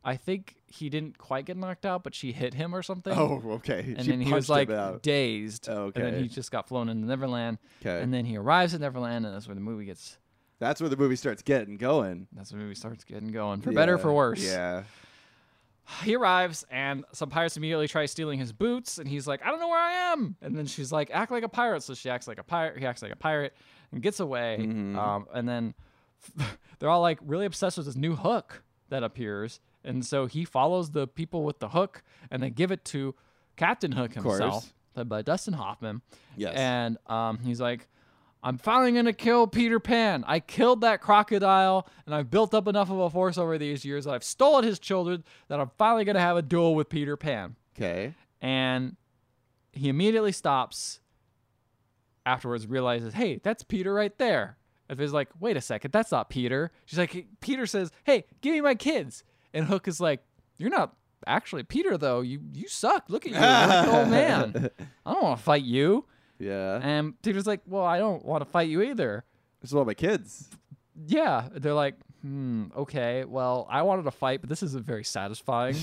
S1: I think he didn't quite get knocked out, but she hit him or something.
S2: oh, okay.
S1: and
S2: she
S1: then
S2: punched
S1: he was
S2: him
S1: like
S2: out.
S1: dazed.
S2: Oh,
S1: And then
S2: okay.
S1: he just got flown into Neverland.
S2: Okay.
S1: And then he arrives at Neverland, and that's where the movie gets.
S2: That's where the movie starts getting going.
S1: That's where the movie starts getting going, for better or for
S2: Yeah.
S1: worse.
S2: Yeah.
S1: He arrives, and some pirates immediately try stealing his boots, and he's like, "I don't know where I am." And then she's like, "Act like a pirate." So she acts like a pirate. He acts like a pirate and gets away. Um, and then they're all like really obsessed with this new hook that appears, and so he follows the people with the hook, and they give it to Captain Hook
S2: course.
S1: himself, played by Dustin Hoffman.
S2: Yes.
S1: And um, he's like, I'm finally going to kill Peter Pan. I killed that crocodile, and I've built up enough of a force over these years that I've stolen his children that I'm finally going to have a duel with Peter Pan.
S2: okay.
S1: And he immediately stops, afterwards realizes, hey, that's Peter right there. And he's like, wait a second, that's not Peter. She's like, Peter says, hey, give me my kids. And Hook is like, you're not actually Peter, though. You, you suck. Look at you. You're like an old man. I don't want to fight you.
S2: Yeah.
S1: And Peter's Um, like, well, I don't want to fight you either.
S2: This is all my kids.
S1: Yeah. They're like, hmm, okay, well, I wanted to fight, but this isn't very satisfying.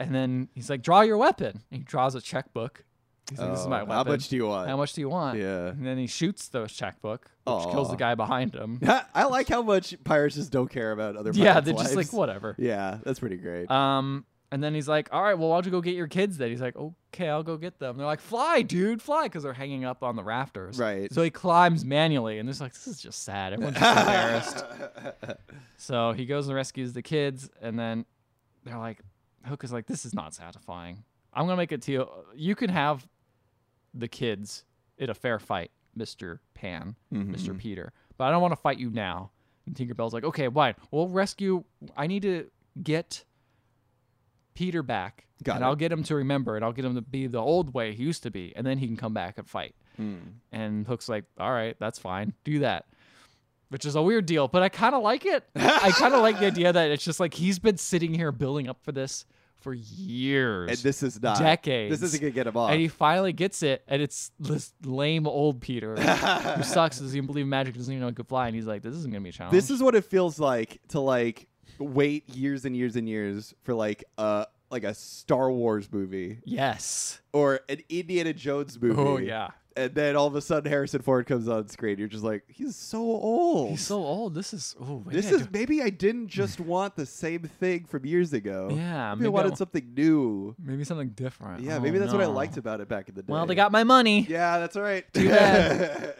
S1: and then he's like, draw your weapon. And he draws a checkbook. He's like, this is
S2: Oh,
S1: my weapon.
S2: How much do you want?
S1: How much do you want?
S2: Yeah.
S1: And then he shoots the checkbook, which kills the
S2: Aw.
S1: guy behind him.
S2: I like how much pirates just don't care about other.
S1: yeah,
S2: pirates'
S1: they're just like,
S2: lives.
S1: whatever.
S2: Yeah, that's pretty great.
S1: Um, and then he's like, "All right, well, why don't you go get your kids?" Then he's like, "Okay, I'll go get them." they're like, "Fly, dude, fly!" Because they're hanging up on the rafters.
S2: Right.
S1: So he climbs manually, and it's like, "This is just sad." Everyone's just embarrassed. So he goes and rescues the kids, and then they're like, "Hook is like, this is not satisfying. I'm gonna make a deal. You can have the kids in a fair fight, Mister Pan, Mister
S2: Mhm.
S1: Peter, but I don't want to fight you now." And Tinkerbell's like, "Okay, why? We'll rescue. I need to get." Peter back,
S2: Got
S1: and
S2: it.
S1: I'll get him to remember, and I'll get him to be the old way he used to be, and then he can come back and fight.
S2: Mm.
S1: And Hook's like, all right, that's fine. Do that. Which is a weird deal, but I kind of like it. I kind of like the idea that it's just like he's been sitting here building up for this for years.
S2: And this is not
S1: Decades.
S2: This isn't gonna get him off.
S1: And he finally gets it, and it's this lame old Peter who sucks, doesn't even believe in magic, doesn't even know he could fly. And he's like, this isn't going to be a challenge.
S2: this is what it feels like to like wait years and years and years for like a like a Star Wars movie
S1: Yes.
S2: or an Indiana Jones movie.
S1: Oh, yeah.
S2: And then all of a sudden Harrison Ford comes on screen. You're just like, he's so old.
S1: He's so old. This is. Oh, maybe
S2: this
S1: I
S2: is
S1: do-
S2: maybe I didn't just want the same thing from years ago.
S1: Yeah,
S2: maybe,
S1: maybe I
S2: I wanted
S1: wa-
S2: something new.
S1: Maybe something different.
S2: Yeah,
S1: Oh,
S2: maybe that's what I
S1: no.
S2: liked about it back in the day.
S1: Well, they got my money.
S2: Yeah, that's all right.
S1: Too bad.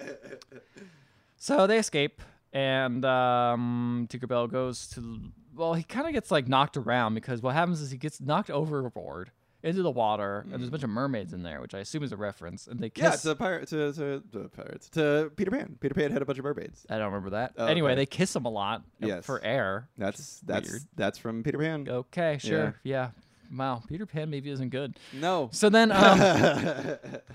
S1: So they escape, and um, Tinkerbell goes to. Well, he kind of gets like knocked around because what happens is he gets knocked overboard into the water, and there's a bunch of mermaids in there, which I assume is a reference. And they
S2: Mm. yeah,
S1: kiss.
S2: to pirate to, to, to pirates to Peter Pan. Peter Pan had a bunch of mermaids.
S1: I don't remember that.
S2: Oh,
S1: anyway,
S2: okay.
S1: they kiss him a lot uh,
S2: Yes.
S1: for air.
S2: That's that's
S1: weird.
S2: that's from Peter Pan.
S1: Okay, sure, yeah. Wow, Peter Pan maybe isn't good.
S2: No.
S1: So then um,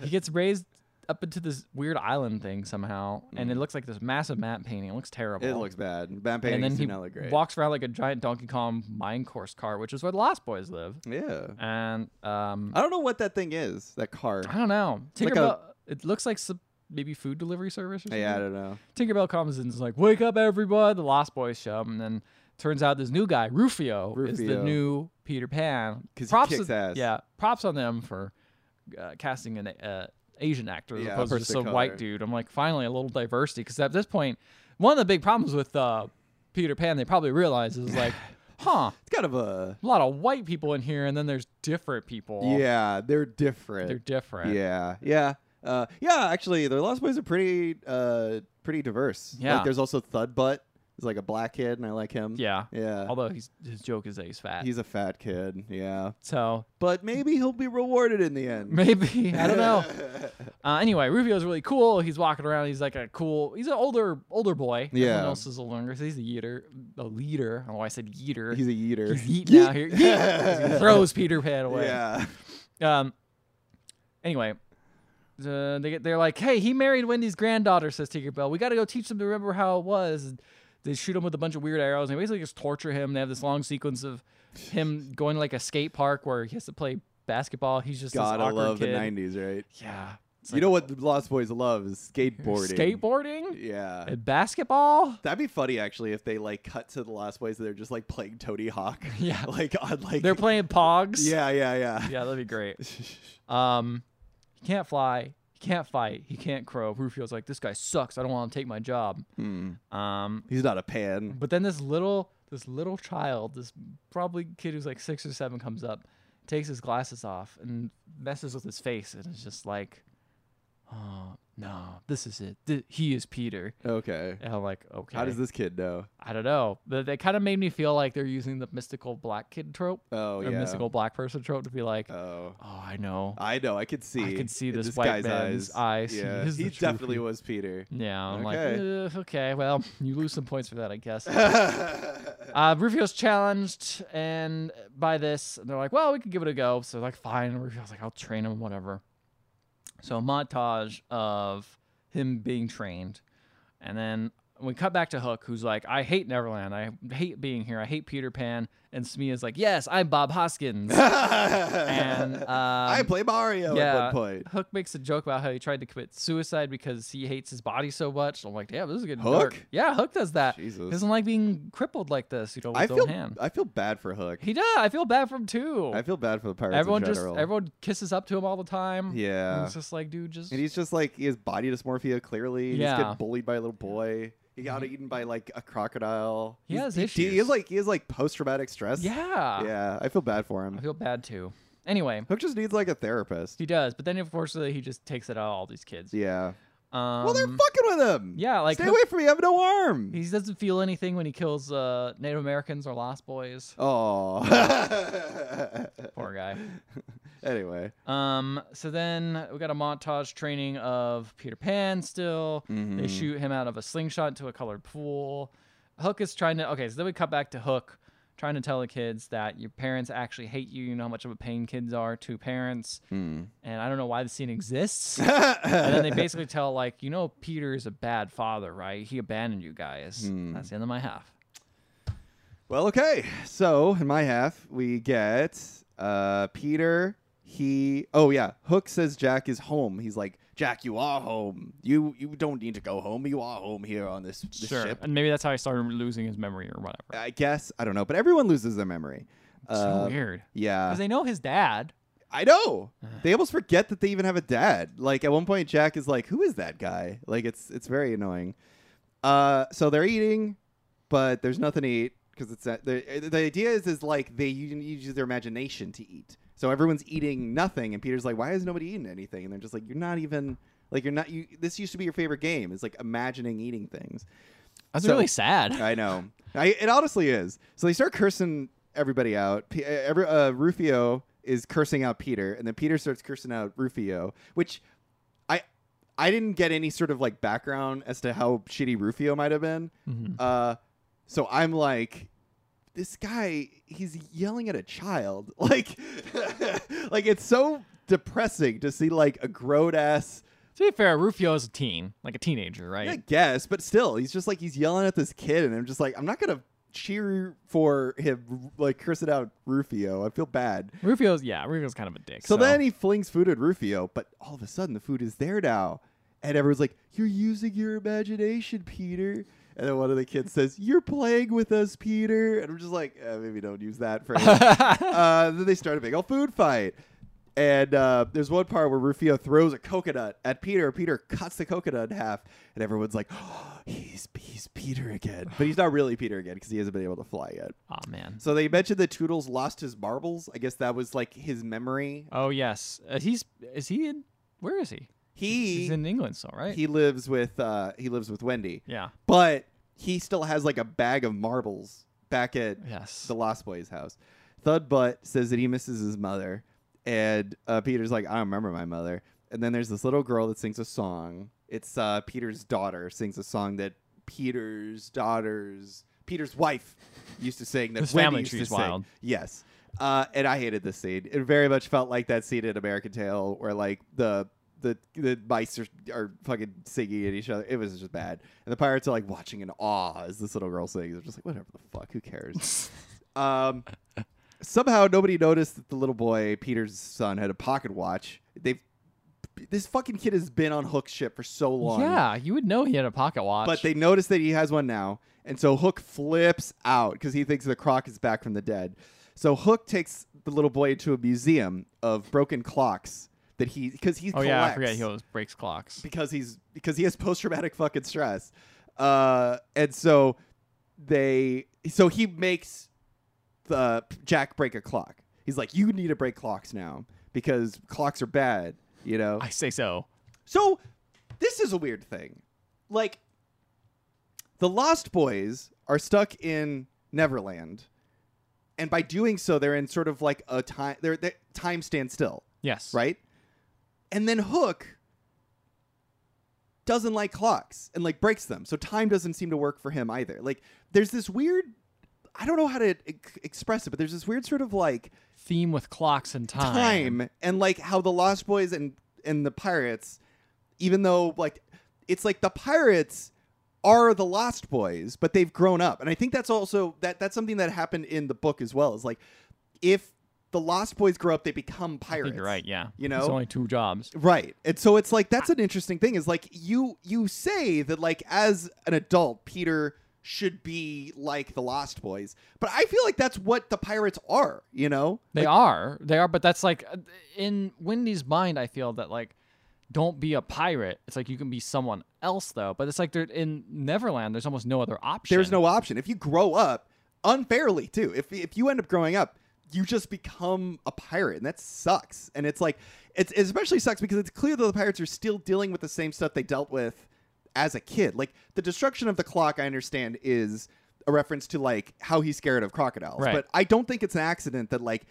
S1: he gets raised up into this weird island thing somehow, and it looks like this massive map painting. It looks terrible.
S2: Mm. It looks bad. Bad
S1: and then
S2: paintings
S1: he
S2: do not look great.
S1: walks around like a giant Donkey Kong mine course car, which is where the Lost Boys live.
S2: yeah.
S1: And um,
S2: I don't know what that thing is. That car.
S1: I don't know.
S2: Uh, Like a-
S1: Tinkerbell. it looks like some, maybe food delivery service. Or something.
S2: Yeah, I don't know.
S1: Tinkerbell comes and is like, "Wake up, everybody!" The Lost Boys show up, and then turns out this new guy, Rufio, is the
S2: Rufio.
S1: new Peter Pan.
S2: 'Cause he
S1: Props
S2: kicks
S1: on-
S2: ass.
S1: Yeah, props on them for uh, casting an uh, Asian actor as
S2: Yeah,
S1: opposed to just
S2: person
S1: some
S2: of
S1: white
S2: color.
S1: dude. I'm like, finally a little diversity, because at this point, one of the big problems with uh, Peter Pan, they probably realize is like, huh.
S2: It's kind of a
S1: A lot of white people in here, and then there's different people.
S2: Yeah, they're different.
S1: They're different.
S2: Yeah. Yeah. Uh, yeah, actually, their Lost Boys are pretty uh, pretty diverse.
S1: Yeah.
S2: Like, there's also Thud Butt. He's like a black kid, and I like him.
S1: Yeah.
S2: Yeah.
S1: Although he's, his joke is that he's fat.
S2: He's a fat kid. Yeah.
S1: so
S2: But maybe he'll be rewarded in the end.
S1: maybe I don't know. Uh, anyway, Rufio's really cool. He's walking around. He's like a cool. He's an older older boy. Everyone
S2: Yeah.
S1: else is a longer. So he's a yeater, a leader. I don't know why I said yeater.
S2: He's a yeater.
S1: He's yeeting out here. Yeet! 'Cause he throws Peter Pan away.
S2: Yeah.
S1: Um. Anyway, the, they get, they're like, "Hey, he married Wendy's granddaughter," says Tinkerbell. "We got to go teach them to remember how it was." And They shoot him with a bunch of weird arrows and they basically just torture him. They have this long sequence of him going to like a skate park where he has to play basketball. He's just
S2: Gotta
S1: this awkward
S2: love
S1: kid.
S2: the 90s, right?
S1: Yeah, It's
S2: you
S1: like,
S2: know what the Lost Boys love is skateboarding.
S1: Skateboarding
S2: Yeah.
S1: and Uh, basketball.
S2: That'd be funny actually if they like cut to the Lost Boys and they're just like playing Tony Hawk.
S1: Yeah.
S2: like on like
S1: They're playing Pogs.
S2: Yeah, yeah, yeah.
S1: yeah, that'd be great. Um, he can't fly. He can't fight. He can't crow. Rufio's like, this guy sucks. I don't want him to take my job.
S2: Hmm.
S1: Um,
S2: He's not a pan.
S1: but then this little this little child, this probably kid who's like six or seven, comes up, takes his glasses off, and messes with his face, and is just like, oh no, this is it. Th- he is Peter.
S2: Okay.
S1: And I'm like, okay,
S2: How does this kid know?
S1: I don't know. But they kind of made me feel like they're using the mystical black kid trope
S2: Oh
S1: or
S2: yeah.
S1: mystical black person trope to be like,
S2: Oh.
S1: oh, I know.
S2: I know. I could see.
S1: I could see
S2: in
S1: this
S2: this
S1: white
S2: guy's
S1: man's eyes.
S2: eyes.
S1: He
S2: Yeah.
S1: is
S2: He
S1: the true
S2: definitely
S1: Peter.
S2: was Peter.
S1: Yeah, I'm
S2: Okay.
S1: like, "Ugh, okay, well, you lose some points for that, I guess.
S2: yeah.
S1: Uh, Rufio's challenged and by this, and they're like, "Well, we could give it a go." So like, fine. And Rufio's like, "I'll train him, whatever." So a montage of him being trained, and then we cut back to Hook, who's like, "I hate Neverland. I hate being here. I hate Peter Pan." And Smia's like, "Yes, I'm Bob Hoskins." and um,
S2: I play Mario
S1: yeah.
S2: at one point.
S1: Hook makes a joke about how he tried to commit suicide because he hates his body so much. I'm like, "Damn, this is getting
S2: Hook?
S1: dark." Yeah, Hook does that.
S2: Jesus.
S1: Doesn't like being crippled like this, you know, with
S2: I
S1: his own
S2: feel
S1: Uh, hand.
S2: I feel bad for Hook.
S1: He does. I feel bad for him too.
S2: I feel bad for the pirates.
S1: everyone
S2: in
S1: just
S2: general.
S1: everyone kisses up to him all the time. And
S2: Yeah.
S1: it's just like, dude, just
S2: And he's just like he has body dysmorphia clearly. He's
S1: Yeah.
S2: getting bullied by a little boy. He got eaten by like a crocodile.
S1: He has
S2: He's- He, he
S1: issues.
S2: is like he is like post traumatic stress.
S1: yeah.
S2: Yeah. I feel bad for him.
S1: I feel bad too. Anyway,
S2: Hook just needs like a therapist.
S1: he does, but then unfortunately he just takes it out on all these kids.
S2: Yeah.
S1: Um,
S2: well, they're fucking with him.
S1: yeah, like
S2: Stay
S1: Hook-
S2: away from me. I have no arm.
S1: he doesn't feel anything when he kills uh, Native Americans or Lost Boys.
S2: Oh.
S1: Poor guy.
S2: anyway.
S1: Um, so then we got a montage training of Peter Pan still. They
S2: Mhm.
S1: shoot him out of a slingshot into a colored pool. Hook is trying to okay, so then we cut back to Hook trying to tell the kids that your parents actually hate you. You know how much of a pain kids are to parents.
S2: Hmm.
S1: And I don't know why the scene exists. and then they basically tell like, you know, Peter is a bad father, right? He abandoned you guys.
S2: Hmm.
S1: That's the end of my half.
S2: Well, okay. So in my half, we get uh, Peter. He oh yeah, Hook says Jack is home. He's like, Jack, you are home. You you don't need to go home. You are home here on this, this ship.
S1: And maybe that's how I started losing his memory or whatever.
S2: I guess I don't know, but everyone loses their memory.
S1: so
S2: Uh,
S1: weird.
S2: yeah,
S1: Because they know his dad.
S2: I know. They almost forget that they even have a dad. Like at one point, Jack is like, "Who is that guy?" Like it's it's very annoying. Uh, so they're eating, but there's nothing to eat because it's not- the uh, the idea is is like they u- use their imagination to eat. So everyone's eating nothing, and Peter's like, "Why is nobody eating anything?" And they're just like, "You're not even like you're not you. This used to be your favorite game. It's like imagining eating things."
S1: That's
S2: So-
S1: really sad.
S2: I know. I, it honestly is. So they start cursing everybody out. P- every, uh, Rufio is cursing out Peter, and then Peter starts cursing out Rufio, which I I didn't get any sort of like background as to how shitty Rufio might have been.
S1: Mhm.
S2: Uh, so I'm like, this guy, he's yelling at a child. Like, like it's so depressing to see like a grown ass.
S1: To be fair, Rufio is a teen, like a teenager, right?
S2: I guess, but still, he's just like he's yelling at this kid, and I'm just like, I'm not gonna cheer for him, like cursing out Rufio. I feel bad.
S1: Rufio's yeah, Rufio's kind of a dick.
S2: So, then he flings food at Rufio, but all of a sudden the food is there now, and everyone's like, "You're using your imagination, Peter." And then one of the kids says, "You're playing with us, Peter," and I'm just like, uh, maybe don't use that phrase uh, then they start a big old food fight. And uh, there's one part where Rufio throws a coconut at Peter. Peter cuts the coconut in half, and everyone's like, oh, "He's he's Peter again," but he's not really Peter again because he hasn't been able to fly yet.
S1: oh man.
S2: So they mentioned that Toodles lost his marbles. I guess that was like his memory.
S1: Oh yes, uh, he's is he in? Where is he?
S2: He
S1: He's in England still, right?
S2: he lives with uh he lives with Wendy,
S1: yeah.
S2: but he still has like a bag of marbles back at
S1: Yes.
S2: the Lost Boys house. Thudbutt says that he misses his mother, and uh, Peter's like, I don't remember my mother. And then there's this little girl that sings a song. It's uh, Peter's daughter sings a song that Peter's daughter's Peter's wife used to sing. That
S1: This
S2: Wendy
S1: family
S2: used to
S1: tree's
S2: sing.
S1: wild.
S2: Yes. Uh, and I hated this scene. It very much felt like that scene in American Tail where like the the the mice are, are fucking singing at each other. It was just bad. And the pirates are like watching in awe as this little girl sings. They're just like, whatever the fuck, who cares? um, somehow nobody noticed that the little boy Peter's son had a pocket watch. They've this fucking kid has been on Hook ship for so long.
S1: Yeah, you would know he had a pocket watch.
S2: But they notice that he has one now, and so Hook flips out because he thinks the croc is back from the dead. So Hook takes the little boy to a museum of broken clocks that he because he
S1: Oh
S2: collects
S1: yeah, I forget he always breaks clocks.
S2: because he's because he has post traumatic fucking stress, uh, and so they so he makes the Jack break a clock. He's like, you need to break clocks now because clocks are bad, you know.
S1: I say so.
S2: So this is a weird thing. Like the Lost Boys are stuck in Neverland, and by doing so, they're in sort of like a time. They're, they time stands still,
S1: Yes.
S2: right? And then Hook doesn't like clocks and like breaks them, so time doesn't seem to work for him either. Like there's this weird. I don't know how to ex- express it, but there's this weird sort of like
S1: Theme with clocks and time.
S2: time and like how the lost boys and and the pirates even though like it's like the pirates are the lost boys but they've grown up and i think that's also that that's something that happened in the book as well is like if the lost boys grow up they become
S1: I
S2: pirates
S1: think you're right. Yeah.
S2: You
S1: it's
S2: know?
S1: only two jobs.
S2: Right. And so it's like that's an interesting thing is like you you say that like as an adult Peter should be like the lost boys but i feel like that's what the pirates are you know
S1: They are. They are. But that's like uh, in Wendy's mind. I feel that like don't be a pirate. It's like you can be someone else though. But it's like they're in Neverland. There's almost no other option.
S2: There's no option. If you grow up unfairly too, if if you end up growing up, you just become a pirate, and that sucks. And it's like it's, it especially sucks because it's clear that the pirates are still dealing with the same stuff they dealt with as a kid. Like the destruction of the clock, I understand is a reference to like how he's scared of crocodiles,
S1: Right.
S2: but I don't think it's an accident that like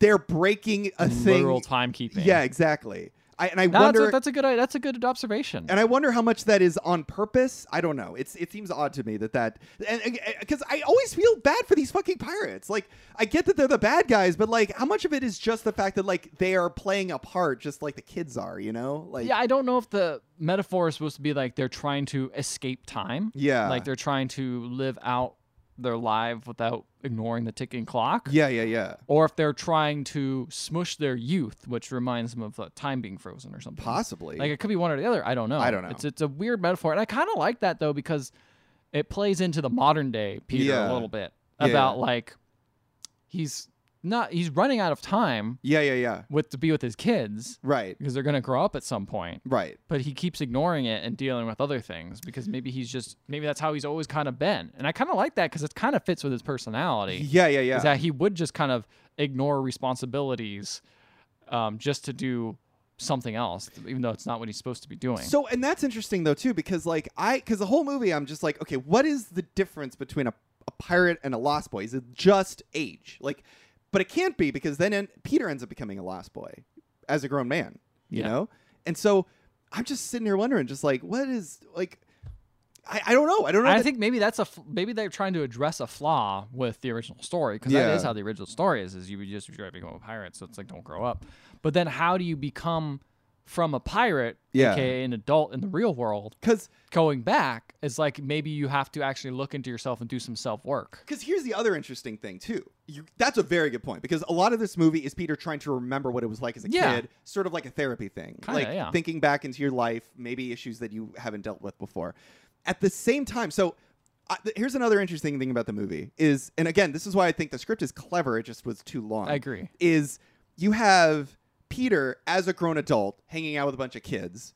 S2: they're breaking a thing.
S1: literal timekeeping.
S2: Yeah, exactly. I, and I
S1: No, that's,
S2: wonder
S1: a, that's a good. That's a good observation.
S2: and I wonder how much that is on purpose. I don't know. It's it seems odd to me that that and because I always feel bad for these fucking pirates. Like I get that they're the bad guys, but like how much of it is just the fact that like they are playing a part, just like the kids are. You know, like
S1: yeah, I don't know if the metaphor is supposed to be like they're trying to escape time.
S2: yeah,
S1: Like they're trying to live out their life without ignoring the ticking clock.
S2: yeah, yeah, yeah.
S1: Or if they're trying to smush their youth, which reminds them of uh, time being frozen or something.
S2: Possibly.
S1: Like it could be one or the other. I don't know.
S2: I don't know.
S1: It's it's a weird metaphor, and I kind of like that though because it plays into the modern day Peter
S2: Yeah.
S1: a little bit
S2: Yeah, yeah.
S1: about like he's not he's running out of time
S2: yeah, yeah, yeah.
S1: with to be with his kids
S2: Right,
S1: because they're going to grow up at some point
S2: right.
S1: but he keeps ignoring it and dealing with other things because maybe he's just maybe that's how he's always kind of been and i kind of like that because it kind of fits with his personality
S2: Yeah, yeah, yeah.
S1: is that he would just kind of ignore responsibilities um, just to do something else even though it's not what he's supposed to be doing
S2: So, and that's interesting though too, because like I, because the whole movie, I'm just like, okay, what is the difference between a, a pirate and a lost boy? Is it just age? Like, but it can't be because then en- Peter ends up becoming a lost boy as a grown man, you
S1: Yeah.
S2: know. And so, I'm just sitting here wondering, just like, what is like, I, I don't know, I don't know.
S1: I
S2: that-
S1: think maybe that's a f- maybe they're trying to address a flaw with the original story because
S2: Yeah.
S1: that is how the original story is: is you would just try to become a pirate, so it's like don't grow up. But then how do you become from a pirate,
S2: Yeah.
S1: aka an adult in the real world,
S2: Because
S1: going back? It's like maybe you have to actually look into yourself and do some self work.
S2: Because here's the other interesting thing too. You, that's a very good point because a lot of this movie is Peter trying to remember what it was like as a
S1: Yeah.
S2: kid, sort of like a therapy thing,
S1: Kinda,
S2: like
S1: yeah.
S2: thinking back into your life, maybe issues that you haven't dealt with before. At the same time, so I, th- here's another interesting thing about the movie is, and again, this is why I think the script is clever. It just was too long.
S1: I agree.
S2: Is you have Peter as a grown adult hanging out with a bunch of kids,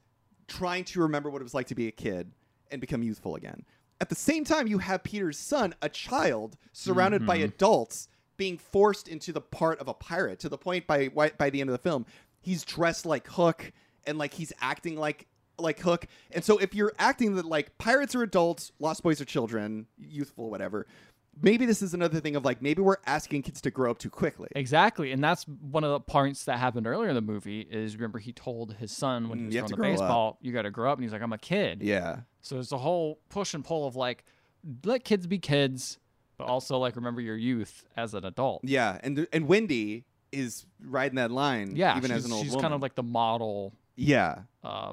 S2: trying to remember what it was like to be a kid and become youthful again. At the same time, you have Peter's son, a child, surrounded by adults, being forced into the part of a pirate to the point by why- by the end of the film, he's dressed like Hook and like he's acting like like Hook. And so if you're acting that like pirates are adults, Lost Boys are children, youthful, whatever. Maybe this is another thing of like maybe we're asking kids to grow up too quickly.
S1: Exactly, and that's one of the points that happened earlier in the movie. Is remember he told his son when he
S2: Mm,
S1: was
S2: you have
S1: throwing
S2: to
S1: the
S2: grow up.
S1: baseball, "You got to grow up," and he's like, "I'm a kid."
S2: Yeah.
S1: So there's a whole push and pull of like, let kids be kids, but also like remember your youth as an adult.
S2: Yeah, and and Wendy is riding that line.
S1: Yeah,
S2: even
S1: she's,
S2: as an old
S1: she's
S2: woman.
S1: kind of like the model,
S2: yeah,
S1: uh,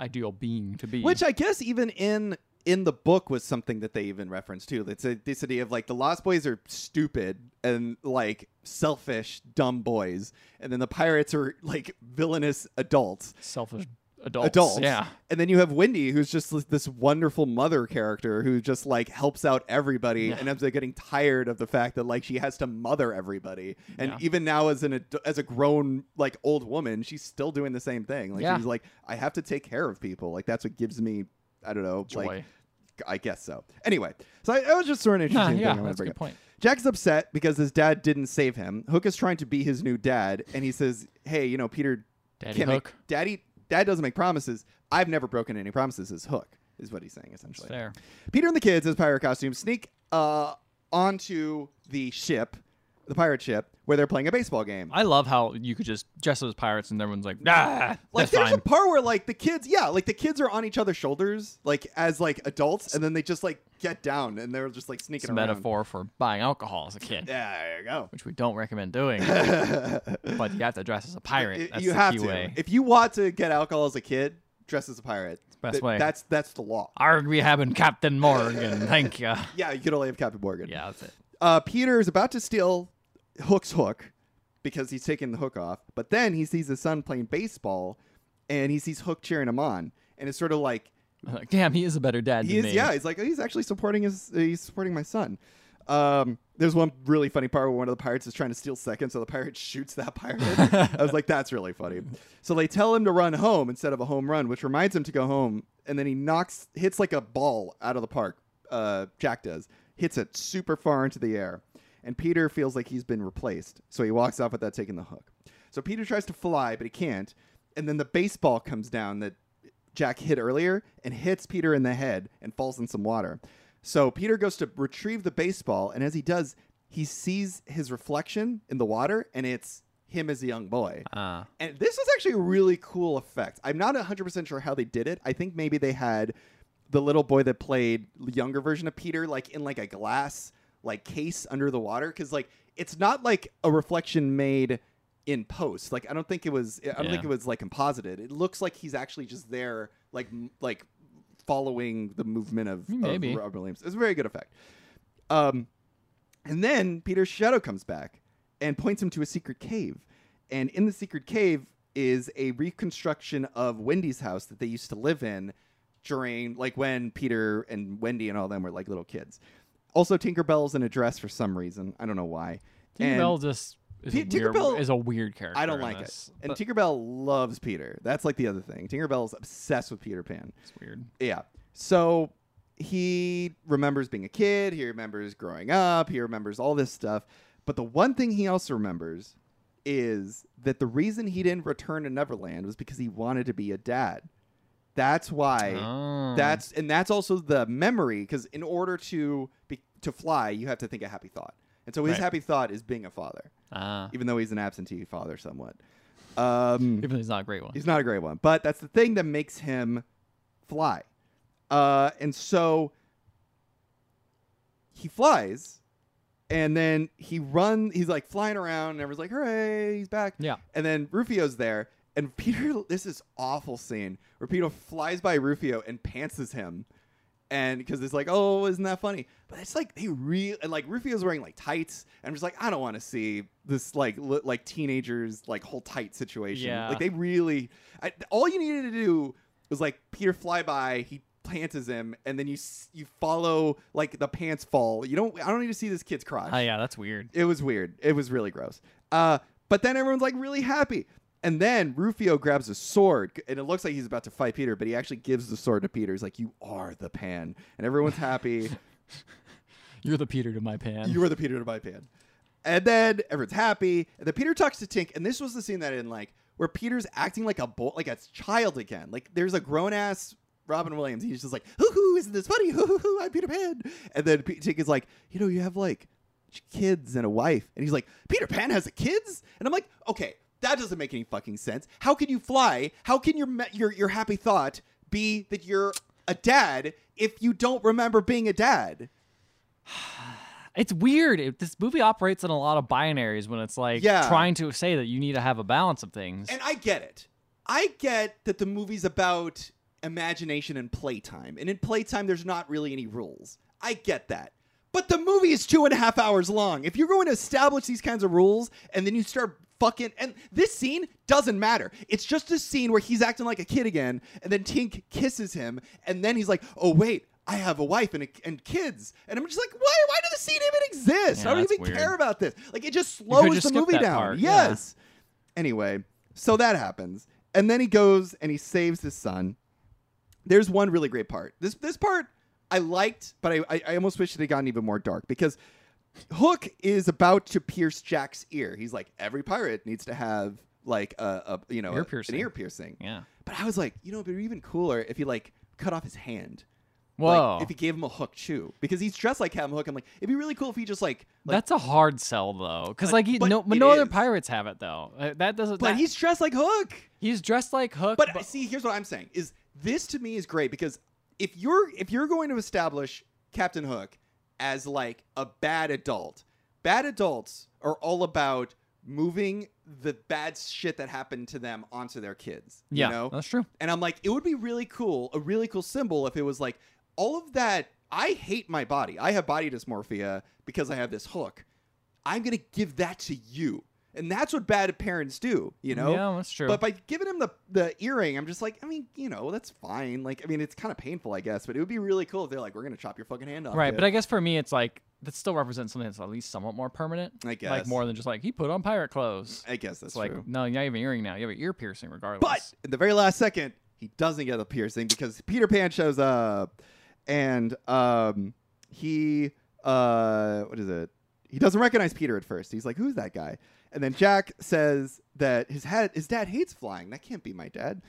S1: ideal being to be.
S2: which I guess even in in the book was something that they even referenced too. It's a this idea of like the Lost Boys are stupid and like selfish, dumb boys, and then the pirates are like villainous adults.
S1: selfish adults.
S2: Adults.
S1: Yeah.
S2: And then you have Wendy, who's just like, this wonderful mother character who just like helps out everybody
S1: Yeah.
S2: and ends up getting tired of the fact that like she has to mother everybody. And
S1: Yeah.
S2: even now as an ad- as a grown like old woman, she's still doing the same thing. Like
S1: Yeah.
S2: she's like I have to take care of people. Like that's what gives me I don't know,
S1: Joy.
S2: like I guess so. Anyway, so I, that was just sort of an
S1: Nah,
S2: interesting
S1: yeah,
S2: thing I want
S1: that's
S2: to
S1: a
S2: bring
S1: good
S2: up.
S1: point.
S2: Jack's upset because his dad didn't save him. Hook is trying to be his new dad, and he says, "Hey, you know, Peter
S1: Daddy
S2: can't
S1: Hook.
S2: Make, Daddy, Dad doesn't make promises. I've never broken any promises. Is Hook is what he's saying essentially.
S1: Fair.
S2: Peter and the kids, his pirate costume, sneak uh, onto the ship, the pirate ship, where they're playing a baseball game.
S1: I love how you could just dress up as pirates and everyone's like, ah,
S2: like
S1: that's
S2: there's
S1: fine.
S2: a part where like the kids, yeah, like the kids are on each other's shoulders, like as like adults, and then they just like get down and they're just like
S1: It's
S2: sneaking
S1: a
S2: around.
S1: metaphor for buying alcohol as a kid,
S2: Yeah, there you go.
S1: which we don't recommend doing, but you have to dress as a pirate.
S2: Y-
S1: That's
S2: you
S1: the
S2: have
S1: key
S2: to.
S1: way.
S2: If you want to get alcohol as a kid, dress as a pirate.
S1: Best
S2: Th-
S1: way.
S2: That's that's the law.
S1: Arg we having Captain Morgan, thank you.
S2: Yeah, you can only have Captain Morgan.
S1: Yeah, that's it.
S2: Uh, Peter is about to steal Hook's hook because he's taking the hook off, but then he sees his son playing baseball, and he sees Hook cheering him on, and it's sort of like
S1: Like, Damn, he is a better dad
S2: he
S1: than
S2: is.
S1: me.
S2: Yeah, he's like oh, he's actually supporting his. He's supporting my son. Um, there's one really funny part where one of the pirates is trying to steal second, so the pirate shoots that pirate. I was like, that's really funny. So they tell him to run home instead of a home run, which reminds him to go home. And then he knocks, hits like a ball out of the park. Uh, Jack does, hits it super far into the air, and Peter feels like he's been replaced. So he walks off without taking the hook. So Peter tries to fly, but he can't. And then the baseball comes down that Jack hit earlier and hits Peter in the head and falls in some water. So Peter goes to retrieve the baseball, and as he does, he sees his reflection in the water, and it's him as a young boy.
S1: Ah,
S2: And this is actually a really cool effect. I'm not 100% sure how they did it. I think maybe they had the little boy that played the younger version of Peter like in like a glass like case under the water cuz like it's not like a reflection made in post. Like I don't think it was I don't
S1: Yeah.
S2: think it was like composited. It looks like he's actually just there like m- like following the movement of, of
S1: Maybe.
S2: Robert Williams. It's a very good effect. Um and then Peter's shadow comes back and points him to a secret cave. And in the secret cave is a reconstruction of Wendy's house that they used to live in during, like, when Peter and Wendy and all them were like little kids. Also, Tinkerbell's an address for some reason. I don't know why. And
S1: Tinkerbell just is,
S2: Pe-
S1: a weird,
S2: Tinkerbell-
S1: is a weird character.
S2: I don't
S1: in
S2: like it.
S1: this,
S2: And
S1: but
S2: Tinkerbell loves Peter. That's like the other thing. Tinkerbell is obsessed with Peter Pan.
S1: it's weird.
S2: Yeah. So he remembers being a kid. He remembers growing up. He remembers all this stuff. But the one thing he also remembers is that the reason he didn't return to Neverland was because he wanted to be a dad. That's why.
S1: Oh.
S2: That's and that's also the memory because in order to be, to fly, you have to think a happy thought. And so his
S1: Right.
S2: happy thought is being a father,
S1: ah,
S2: even though he's an absentee father somewhat. Um,
S1: even though he's not a great one.
S2: He's not a great one, but that's the thing that makes him fly. Uh, and so he flies, and then he run. He's like flying around, and everyone's like, "Hooray, he's back!"
S1: Yeah.
S2: And then Rufio's there, and Peter. This is awful scene where Peter flies by Rufio and pantses him, and because it's like, "Oh, isn't that funny?" But it's like they real and like Rufio's wearing like tights, and I'm just like, I don't want to see this like li- like teenagers like whole tight situation.
S1: Yeah.
S2: Like they really, I, all you needed to do was like Peter fly by. He pantses him, and then you s- you follow like the pants fall. You don't. I don't need to see this kid's crotch.
S1: Oh yeah, that's weird.
S2: It was weird. It was really gross. Uh, but then everyone's like really happy. And then Rufio grabs a sword, and it looks like he's about to fight Peter, but he actually gives the sword to Peter. He's like, "You are the pan," and everyone's happy.
S1: You're the Peter to my pan.
S2: you were the Peter to my pan. And then everyone's happy. And then Peter talks to Tink, and this was the scene that I didn't like, where Peter's acting like a bo- like a child again. Like there's a grown ass Robin Williams. He's just like, hoo hoo, isn't this funny? Hoo hoo hoo, I'm Peter Pan. And then P- Jake is like, you know, you have like kids and a wife. And he's like, Peter Pan has kids? And I'm like, okay, that doesn't make any fucking sense. How can you fly? How can your me- your your happy thought be that you're a dad if you don't remember being a dad?
S1: It's weird. It, this movie operates in a lot of binaries when it's like
S2: Yeah.
S1: trying to say that you need to have a balance of things.
S2: And I get it. I get that the movie's about imagination and playtime. And in playtime, there's not really any rules. I get that. But the movie is two and a half hours long. If you're going to establish these kinds of rules and then you start fucking. And this scene doesn't matter. It's just a scene where he's acting like a kid again. And then Tink kisses him. And then he's like, oh, wait. I have a wife and, a, and kids, and I'm just like, why? Why does the scene even exist?
S1: Yeah,
S2: I don't
S1: that's
S2: even
S1: weird.
S2: care about this. Like, it just
S1: could
S2: slows
S1: just
S2: the
S1: skip
S2: movie
S1: that
S2: down.
S1: part, yeah.
S2: Yes. Anyway, so that happens. And then he goes and he saves his son. There's one really great part. This this part I liked, but I, I, I almost wish it had gotten even more dark because Hook is about to pierce Jack's ear. He's like, every pirate needs to have like a, a you know
S1: Ear
S2: a-
S1: piercing.
S2: an ear piercing.
S1: yeah.
S2: But I was like, you know, it'd be even cooler if he like cut off his hand. Like,
S1: Whoa.
S2: if he gave him a hook too, because he's dressed like Captain Hook. I'm like, it'd be really cool if he just like, like
S1: That's a hard sell though, because
S2: But-
S1: like he,
S2: but
S1: no, but
S2: it
S1: no other
S2: is.
S1: pirates have it though. Uh, That doesn't.
S2: but
S1: that-
S2: he's dressed like Hook.
S1: he's dressed like Hook.
S2: But, see, here's what I'm saying: is this to me is great because if you're if you're going to establish Captain Hook as like a bad adult, bad adults are all about moving the bad shit that happened to them onto their kids.
S1: yeah,
S2: you know?
S1: that's true.
S2: And I'm like, it would be really cool, a really cool symbol if it was like all of that. I hate my body. I have body dysmorphia because I have this hook. I'm gonna give that to you, and that's what bad parents do. You know,
S1: yeah, that's true.
S2: but by giving him the the earring, I'm just like, I mean, you know, that's fine. Like, I mean, it's kind of painful, I guess, but it would be really cool if they're like, we're gonna chop your fucking hand off.
S1: right,
S2: kid."
S1: but I guess for me, it's like that still represents something that's at least somewhat more permanent.
S2: I
S1: like
S2: guess.
S1: more than just like he put on pirate clothes.
S2: I guess that's
S1: It's like
S2: true.
S1: no, you have an earring now. You have an ear piercing regardless.
S2: But in the very last second, he doesn't get the piercing because Peter Pan shows up, and um, he uh, what is it? He doesn't recognize Peter at first. He's like, "Who's that guy?" And then Jack says that his head, his dad hates flying. That can't be my dad.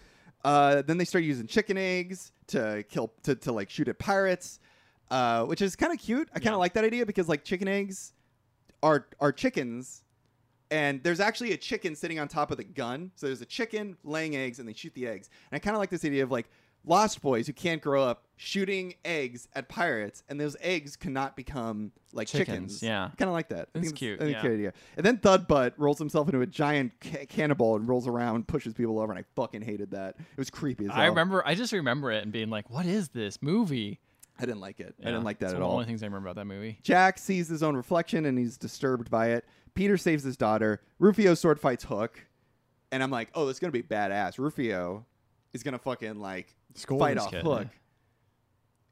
S2: Uh, then they start using chicken eggs to kill to, to like shoot at pirates, uh, which is kind of cute. I kind of
S1: Yeah.
S2: like that idea because like chicken eggs are are chickens and there's actually a chicken sitting on top of the gun. So there's a chicken laying eggs, and they shoot the eggs. And I kind of like this idea of like Lost Boys who can't grow up shooting eggs at pirates, and those eggs cannot become like chickens.
S1: Chickens, yeah.
S2: kind of like that. I
S1: It's
S2: think
S1: cute,
S2: I think
S1: yeah.
S2: it's a good idea. And then Thudbutt rolls himself into a giant ca- cannonball and rolls around, pushes people over, and I fucking hated that. It was creepy as hell.
S1: I remember, I just remember it and being like, "What is this movie?"
S2: I didn't like it. I
S1: Yeah,
S2: didn't like
S1: it's
S2: that
S1: one of
S2: at
S1: The
S2: all.
S1: only things I remember about that movie.
S2: Jack sees his own reflection and he's disturbed by it. Peter saves his daughter. Rufio sword fights Hook. And I'm like, oh, it's going to be badass. Rufio is going to fucking like
S1: Score
S2: fight
S1: this
S2: off
S1: kid,
S2: Hook.
S1: yeah.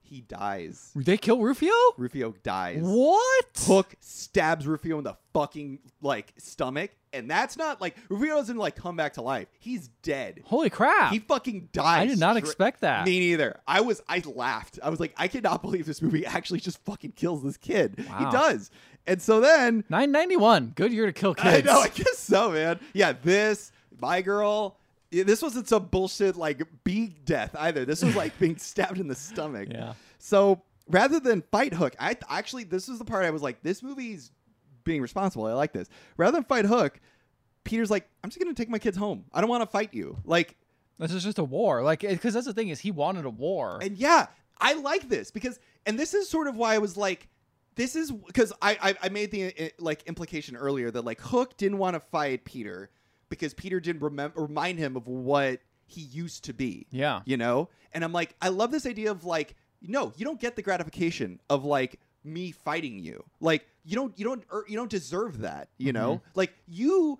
S2: He dies.
S1: They kill Rufio.
S2: Rufio dies.
S1: What?
S2: Hook stabs Rufio in the fucking like stomach. And that's not like Rufio doesn't like come back to life. He's dead.
S1: Holy crap!
S2: He fucking dies.
S1: I did not
S2: straight-
S1: expect that.
S2: me neither. I was I laughed. I was like, I cannot believe this movie actually just fucking kills this kid.
S1: Wow.
S2: He does. And so then
S1: 991. Good year to kill
S2: I
S1: kids.
S2: know, I guess so, man. Yeah, this, my girl. yeah, This wasn't some bullshit like bee death either. This was like being stabbed in the stomach.
S1: Yeah.
S2: So rather than fight Hook, I th- actually this is the part I was like, this movie's being responsible. I like this. Rather than fight Hook, Peter's like, I'm just gonna take my kids home. I don't want to fight you. Like
S1: This is just a war. Like, because that's the thing is he wanted a war.
S2: And yeah, I like this because, and this is sort of why I was like, this is because I, I I made the uh, like implication earlier that like Hook didn't want to fight Peter because Peter didn't remember remind him of what he used to be.
S1: yeah.
S2: You know? And I'm like, I love this idea of like, no, you don't get the gratification of like me fighting you. Like you don't you don't er, you don't deserve that, you know? Like you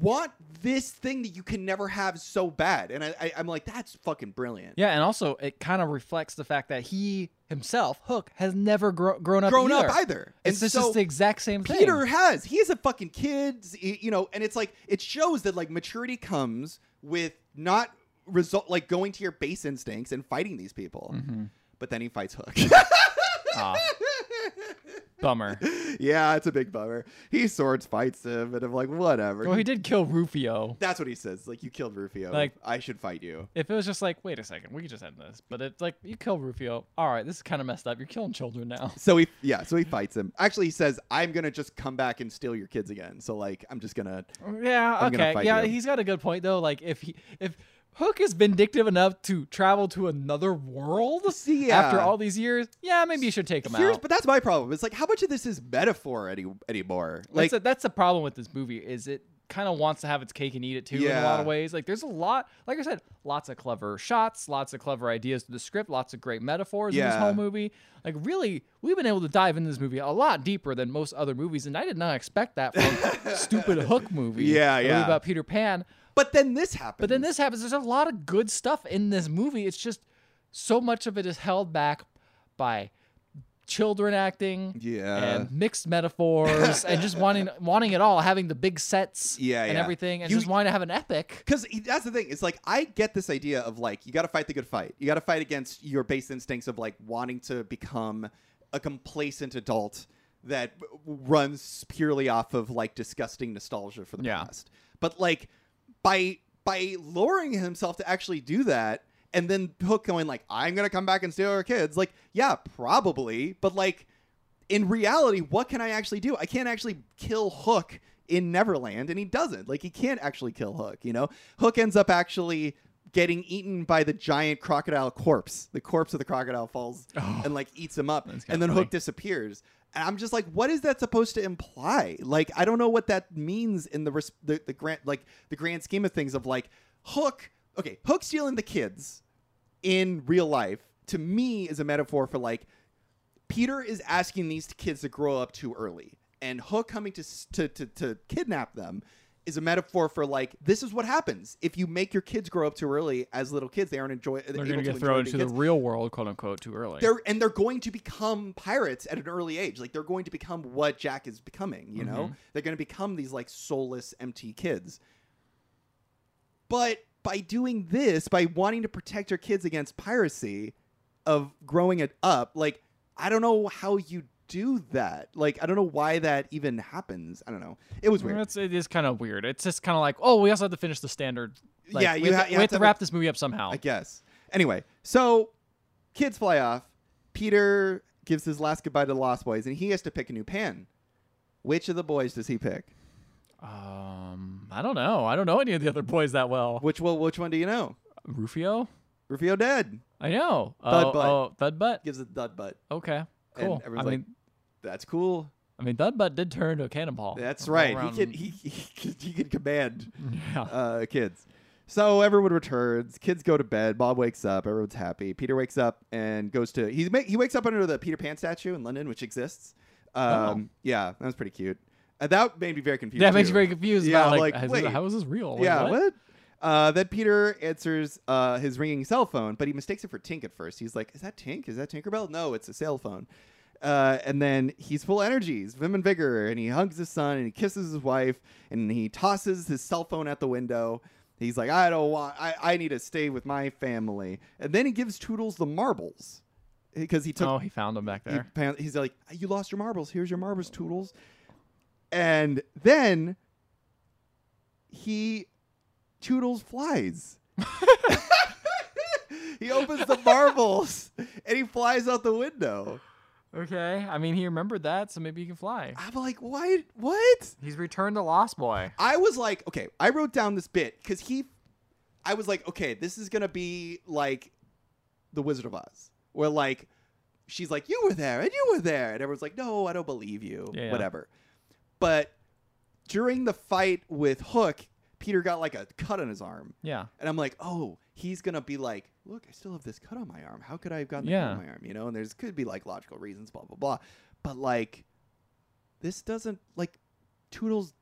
S2: want this thing that you can never have so bad. And I, I I'm like, that's fucking brilliant.
S1: Yeah, and also it kind of reflects the fact that he himself, Hook, has never gro- grown up.
S2: grown
S1: either.
S2: up either.
S1: It's
S2: and
S1: just,
S2: so
S1: just the exact same thing.
S2: Peter has. He is a fucking kid, s- y- you know, and it's like it shows that like maturity comes with not result like going to your base
S1: Mm-hmm.
S2: instincts and fighting these people. But then he fights Hook.
S1: Ah. Bummer.
S2: yeah, it's a big bummer. He swords fights him, and I'm like, whatever.
S1: Well, he did kill Rufio.
S2: That's what he says. Like, you killed Rufio.
S1: Like-
S2: I should fight you.
S1: If it was just like, wait a second, we could just end this. But it's like, you kill Rufio. All right, this is kind of messed up. You're killing children now.
S2: So he, yeah, so he fights him. Actually, he says, "I'm gonna just come back and steal your kids again." So like, I'm just gonna.
S1: Yeah,
S2: I'm gonna
S1: okay.
S2: fight
S1: Yeah,
S2: you.
S1: he's got a good point though. Like if he if Hook is vindictive enough to travel to another world
S2: See,
S1: after
S2: yeah.
S1: all these years, yeah, maybe you should take him
S2: Here's,
S1: out.
S2: but that's my problem. It's like, how much of this is metaphor any, anymore? Like,
S1: that's a, that's the problem with this movie is it kind of wants to have its cake and eat it too in a lot
S2: Yeah.
S1: of ways. Like there's a lot, like I said, lots of clever shots, lots of clever ideas to the script, lots of great metaphors in this
S2: Yeah.
S1: whole movie. Like really, we've been able to dive into this movie a lot deeper than most other movies, and I did not expect that from stupid Hook movie.
S2: Yeah,
S1: I believe
S2: yeah.
S1: About Peter Pan.
S2: but then this happens.
S1: But then this happens. There's a lot of good stuff in this movie. It's just so much of it is held back by children acting
S2: Yeah.
S1: and mixed metaphors and just wanting wanting it all, having the big sets
S2: Yeah,
S1: and
S2: yeah.
S1: everything, and
S2: You-
S1: just wanting to have an epic.
S2: Because that's the thing. It's like I get this idea of like you got to fight the good fight. You got to fight against your base instincts of like wanting to become a complacent adult that w- runs purely off of like disgusting nostalgia for the
S1: Yeah.
S2: past. But like by by lowering himself to actually do that, and then Hook going like I'm gonna come back and steal our kids. Like yeah, probably. But like in reality, what can I actually do? I can't actually kill Hook in Neverland, and he doesn't. Like, he can't actually kill Hook, you know? Hook ends up actually getting eaten by the giant crocodile corpse. The corpse of the crocodile falls
S1: Oh,
S2: and, like, eats him up,
S1: kinda
S2: and then
S1: funny.
S2: Hook disappears. And I'm just like, what is that supposed to imply? Like, I don't know what that means in the, res- the, the grand, like, the grand scheme of things of, like, Hook, okay, Hook stealing the kids in real life to me is a metaphor for like Peter is asking these kids to grow up too early, and Hook coming to s- to to, to kidnap them is a metaphor for like this is what happens if you make your kids grow up too early as little kids they aren't enjoy
S1: They're
S2: able
S1: gonna
S2: to
S1: get
S2: enjoy
S1: thrown
S2: being
S1: into the
S2: kids.
S1: real world, quote unquote, too early.
S2: they're and they're going to become pirates at an early age like they're going to become what Jack is becoming you know they're going to become these like soulless empty kids but by doing this, by wanting to protect your kids against piracy, of growing it up, like I don't know how you do that. Like I don't know why that even happens. I don't know. It was weird.
S1: It's, it is kind of weird. It's just kind of like, oh, we also have to finish the standard. Like,
S2: Yeah,
S1: we
S2: you
S1: have,
S2: ha-
S1: to,
S2: you
S1: we
S2: have
S1: have
S2: to
S1: to
S2: have
S1: wrap this movie up somehow.
S2: I guess. Anyway, so kids fly off. Peter gives his last goodbye to the Lost Boys, and he has to pick a new pan. Which of the boys does he pick?
S1: um, I don't know. I don't know any of the other boys that well.
S2: Which well, which one do you know?
S1: Rufio,
S2: Rufio dead
S1: I know.
S2: Thud
S1: oh,
S2: Butt.
S1: oh, Thud Butt.
S2: gives it thud butt.
S1: Okay.
S2: And
S1: Cool. I
S2: everyone's like,
S1: mean,
S2: That's cool.
S1: I mean, Thudbutt did turn into a cannonball.
S2: That's
S1: All
S2: right.
S1: around-
S2: He can he, he, he, he can command
S1: yeah.
S2: uh, kids. So everyone returns. Kids go to bed. Bob wakes up. Everyone's happy. Peter wakes up and goes to he ma- he wakes up under the Peter Pan statue in London, which exists. Um, Yeah, that was pretty cute. Uh, that made me very confused.
S1: Oh. That makes you
S2: too.
S1: very confused.
S2: Yeah,
S1: about, like,
S2: like,
S1: how is
S2: wait.
S1: this- how is this real? Like,
S2: yeah,
S1: what?
S2: Uh, then Peter answers uh, his ringing cell phone, but he mistakes it for Tink at first. He's like, "Is that Tink? Is that Tinkerbell? No, it's a cell phone." Uh, and then he's full of energy, he's vim and vigor, and he hugs his son and he kisses his wife and he tosses his cell phone out the window. He's like, "I don't want. I, I need to stay with my family." And then he gives Toodles the marbles because he took
S1: oh, he found him back
S2: he
S1: there.
S2: pan- he's like, "You lost your marbles. Here's your marbles, Toodles." And then he Toodles flies. he opens the marbles and he flies out the window.
S1: okay. I mean, he remembered that, so maybe he can fly.
S2: I'm like, "Why? What?"
S1: He's returned the Lost Boy.
S2: I was like, okay, I wrote down this bit because he, I was like, okay, this is gonna be like, The Wizard of Oz, where like, she's like, you were there and you were there, and everyone's like, no, I don't believe you,
S1: Yeah, yeah.
S2: whatever. But during the fight with Hook, Peter got like a cut on his arm,
S1: Yeah.
S2: and I'm like, oh, he's gonna be like, look, I still have this cut on my arm. How could I have gotten
S1: Yeah.
S2: the cut on my arm? You know, and there's could be like logical reasons, blah blah blah. But like, this doesn't like Toodles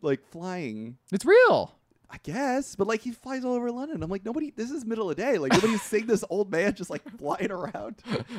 S2: like flying.
S1: It's real.
S2: I guess, but like he flies all over London. I'm like, nobody. This is middle of the day. Like nobody's seeing this old man just like flying around.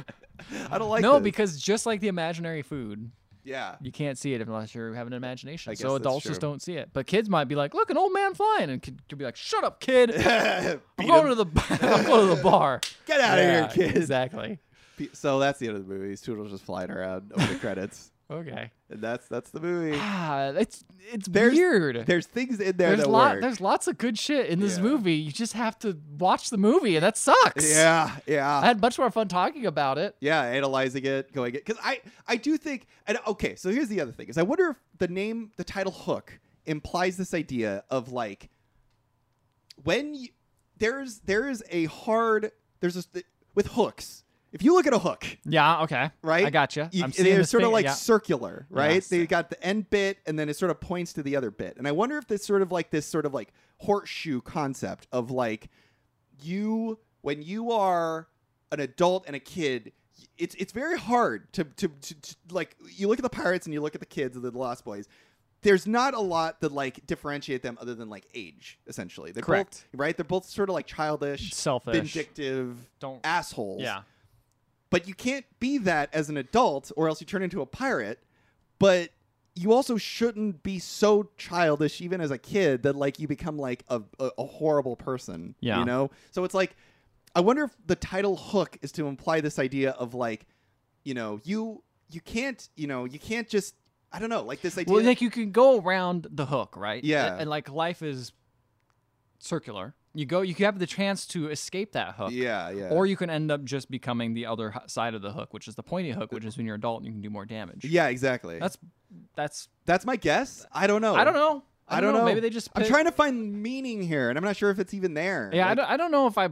S2: I don't like
S1: no,
S2: this.
S1: because just like the imaginary food,
S2: yeah,
S1: you can't see it unless you have an imagination.
S2: I guess
S1: So
S2: that's
S1: adults just
S2: true.
S1: don't see it. But kids might be like, look, an old man flying. And kid could be like, shut up, kid.
S2: Beat
S1: I'm
S2: him.
S1: going, to the, I'm going to the bar.
S2: get out
S1: Yeah,
S2: of here, kid.
S1: Exactly.
S2: P- So that's the end of the movie. Toodles just flying around over the credits,
S1: Okay.
S2: and that's that's the movie.
S1: Ah, it's it's
S2: There's-
S1: weird.
S2: There's things in there
S1: there's
S2: that
S1: lot
S2: work.
S1: there's lots of good shit in this
S2: Yeah.
S1: movie. You just have to watch the movie, and that sucks.
S2: Yeah, yeah.
S1: I had much more fun talking about it.
S2: Yeah, analyzing it, going it because I I do think and okay. So here's the other thing is I wonder if the name, the title hook implies this idea of like when you, there's there is a hard there's this with hooks. If you look at a hook,
S1: Yeah. Okay.
S2: Right?
S1: I gotcha.
S2: you,
S1: I'm seeing
S2: they're
S1: this
S2: sort of
S1: thing-
S2: like
S1: yeah.
S2: circular, right?
S1: Yes.
S2: They got the end bit and then it sort of points to the other bit. And I wonder if this sort of like this sort of like horseshoe concept of like you when you are an adult and a kid it's it's very hard to to, to, to like you look at the pirates and you look at the kids and the lost boys there's not a lot that like differentiate them other than like age essentially they're
S1: Correct.
S2: both, right they're both sort of like childish
S1: selfish.
S2: vindictive
S1: Don't.
S2: assholes
S1: Yeah.
S2: but you can't be that as an adult or else you turn into a pirate but you also shouldn't be so childish even as a kid that like you become like a, a, a horrible person
S1: Yeah.
S2: you know so it's like i wonder if the title hook is to imply this idea of like you know you you can't you know you can't just i don't know like this idea
S1: Well, like you can go around the hook, right?
S2: Yeah.
S1: And, and, like life is circular. You go. You have the chance to escape that hook.
S2: yeah yeah
S1: Or you can end up just becoming the other h- side of the hook, which is the pointy hook, which is when you're an adult and you can do more damage.
S2: yeah exactly that's
S1: That's that's
S2: that's my guess i don't know
S1: I don't know.
S2: Oh. i don't, know.
S1: Maybe they just
S2: i'm
S1: pick-
S2: trying to find meaning here and i'm not sure if it's even there
S1: Yeah, I
S2: Like,
S1: don't, I don't know if I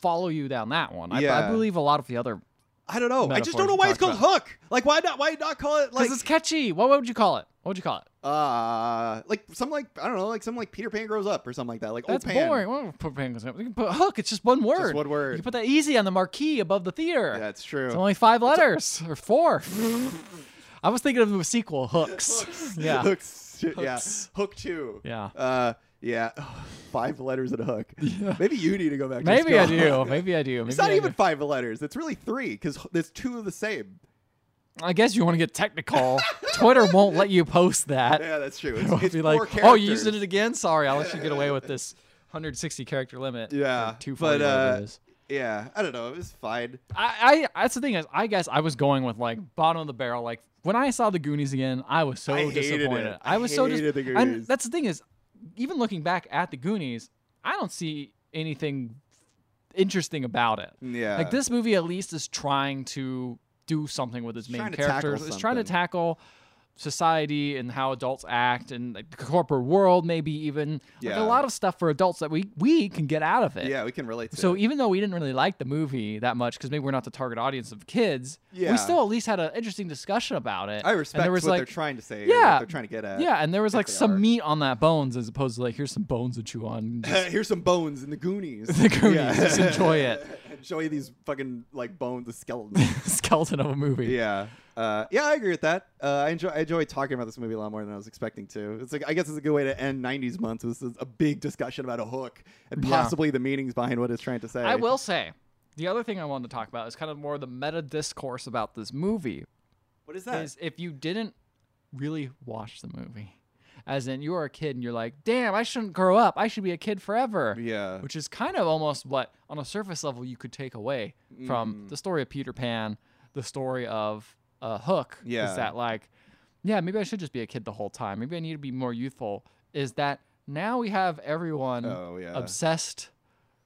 S1: follow you down that one. I, I
S2: Yeah.
S1: believe a lot of the other
S2: I don't know. I
S1: metaphors
S2: just don't know
S1: we
S2: why it's called
S1: talked
S2: hook. Like why not why not call it
S1: because
S2: like
S1: it's catchy. What, what would you call it? What would you call it?
S2: uh like some like I don't know, like some like Peter Pan grows up or something like that. Like
S1: That's
S2: old Pan.
S1: boring. Well, put Pan- We can put hook. It's just one word.
S2: one word.
S1: You can put that easy on the marquee above the theater.
S2: That's true.
S1: It's only five letters or four. I was thinking of the sequel, Hooks. yeah.
S2: Hooks. two- Yeah.
S1: Hooks.
S2: Hook two.
S1: Yeah.
S2: Uh yeah. Five letters in a hook. Maybe you need to go back to
S1: Maybe I
S2: school.
S1: do. Maybe I do. Maybe
S2: it's not
S1: I
S2: even
S1: do.
S2: five letters. It's really three because there's two of the same.
S1: I guess you want to get technical. Twitter won't let you post that.
S2: Yeah, that's true.
S1: I'll
S2: It's, it's
S1: be
S2: four
S1: like,
S2: characters.
S1: oh, you used it again. Sorry, I'll let you get away with this 160 character limit. or
S2: Yeah,
S1: 240
S2: but,
S1: whatever
S2: uh,
S1: it is.
S2: Yeah, I don't know. It was fine.
S1: I, I that's the thing is, I guess I was going with like bottom of the barrel. Like when I saw the Goonies again, I was so
S2: I hated it.
S1: disappointed.
S2: I
S1: I was so
S2: hated
S1: disappointed.
S2: the Goonies.
S1: that's the thing is, even looking back at the Goonies, I don't see anything interesting about it.
S2: Yeah.
S1: Like this movie at least is trying to do something with its main
S2: trying to tackle
S1: characters. It's trying to
S2: something.
S1: tackle society and how adults act and like, the corporate world maybe even like
S2: Yeah.
S1: a lot of stuff for adults that we we can get out of it.
S2: Yeah, we can relate to
S1: So E
S2: it.
S1: even though we didn't really like the movie that much because maybe we're not the target audience of kids,
S2: Yeah.
S1: we still at least had an interesting discussion about it.
S2: I respect
S1: and there was
S2: what
S1: like
S2: they're trying to say. Yeah.
S1: Yeah.
S2: What they're trying to get at.
S1: yeah, and there was
S2: if
S1: like
S2: they
S1: some
S2: are.
S1: meat on that bones as opposed to like here's some bones to chew on. Just
S2: here's some bones in the Goonies.
S1: The Goonies, just enjoy it.
S2: enjoy these fucking like bones, the skeletons.
S1: skeleton of a movie.
S2: yeah, uh, yeah, I agree with that. Uh, I enjoy I enjoy talking about this movie a lot more than I was expecting to. It's like I guess it's a good way to end '90s month. This is a big discussion about a hook and
S1: Yeah.
S2: possibly the meanings behind what it's trying to say.
S1: I will say the other thing I wanted to talk about is kind of more the meta discourse about this movie.
S2: What is
S1: Is if you didn't really watch the movie, as in you were a kid and you're like, damn, I shouldn't grow up. I should be a kid forever.
S2: Yeah.
S1: which is kind of almost what on a surface level you could take away
S2: Mm-hmm.
S1: from the story of Peter Pan, the story of uh, Hook.
S2: Yeah.
S1: Is that like, yeah, maybe I should just be a kid the whole time. Maybe I need to be more youthful. Is that now we have everyone
S2: Oh, yeah.
S1: obsessed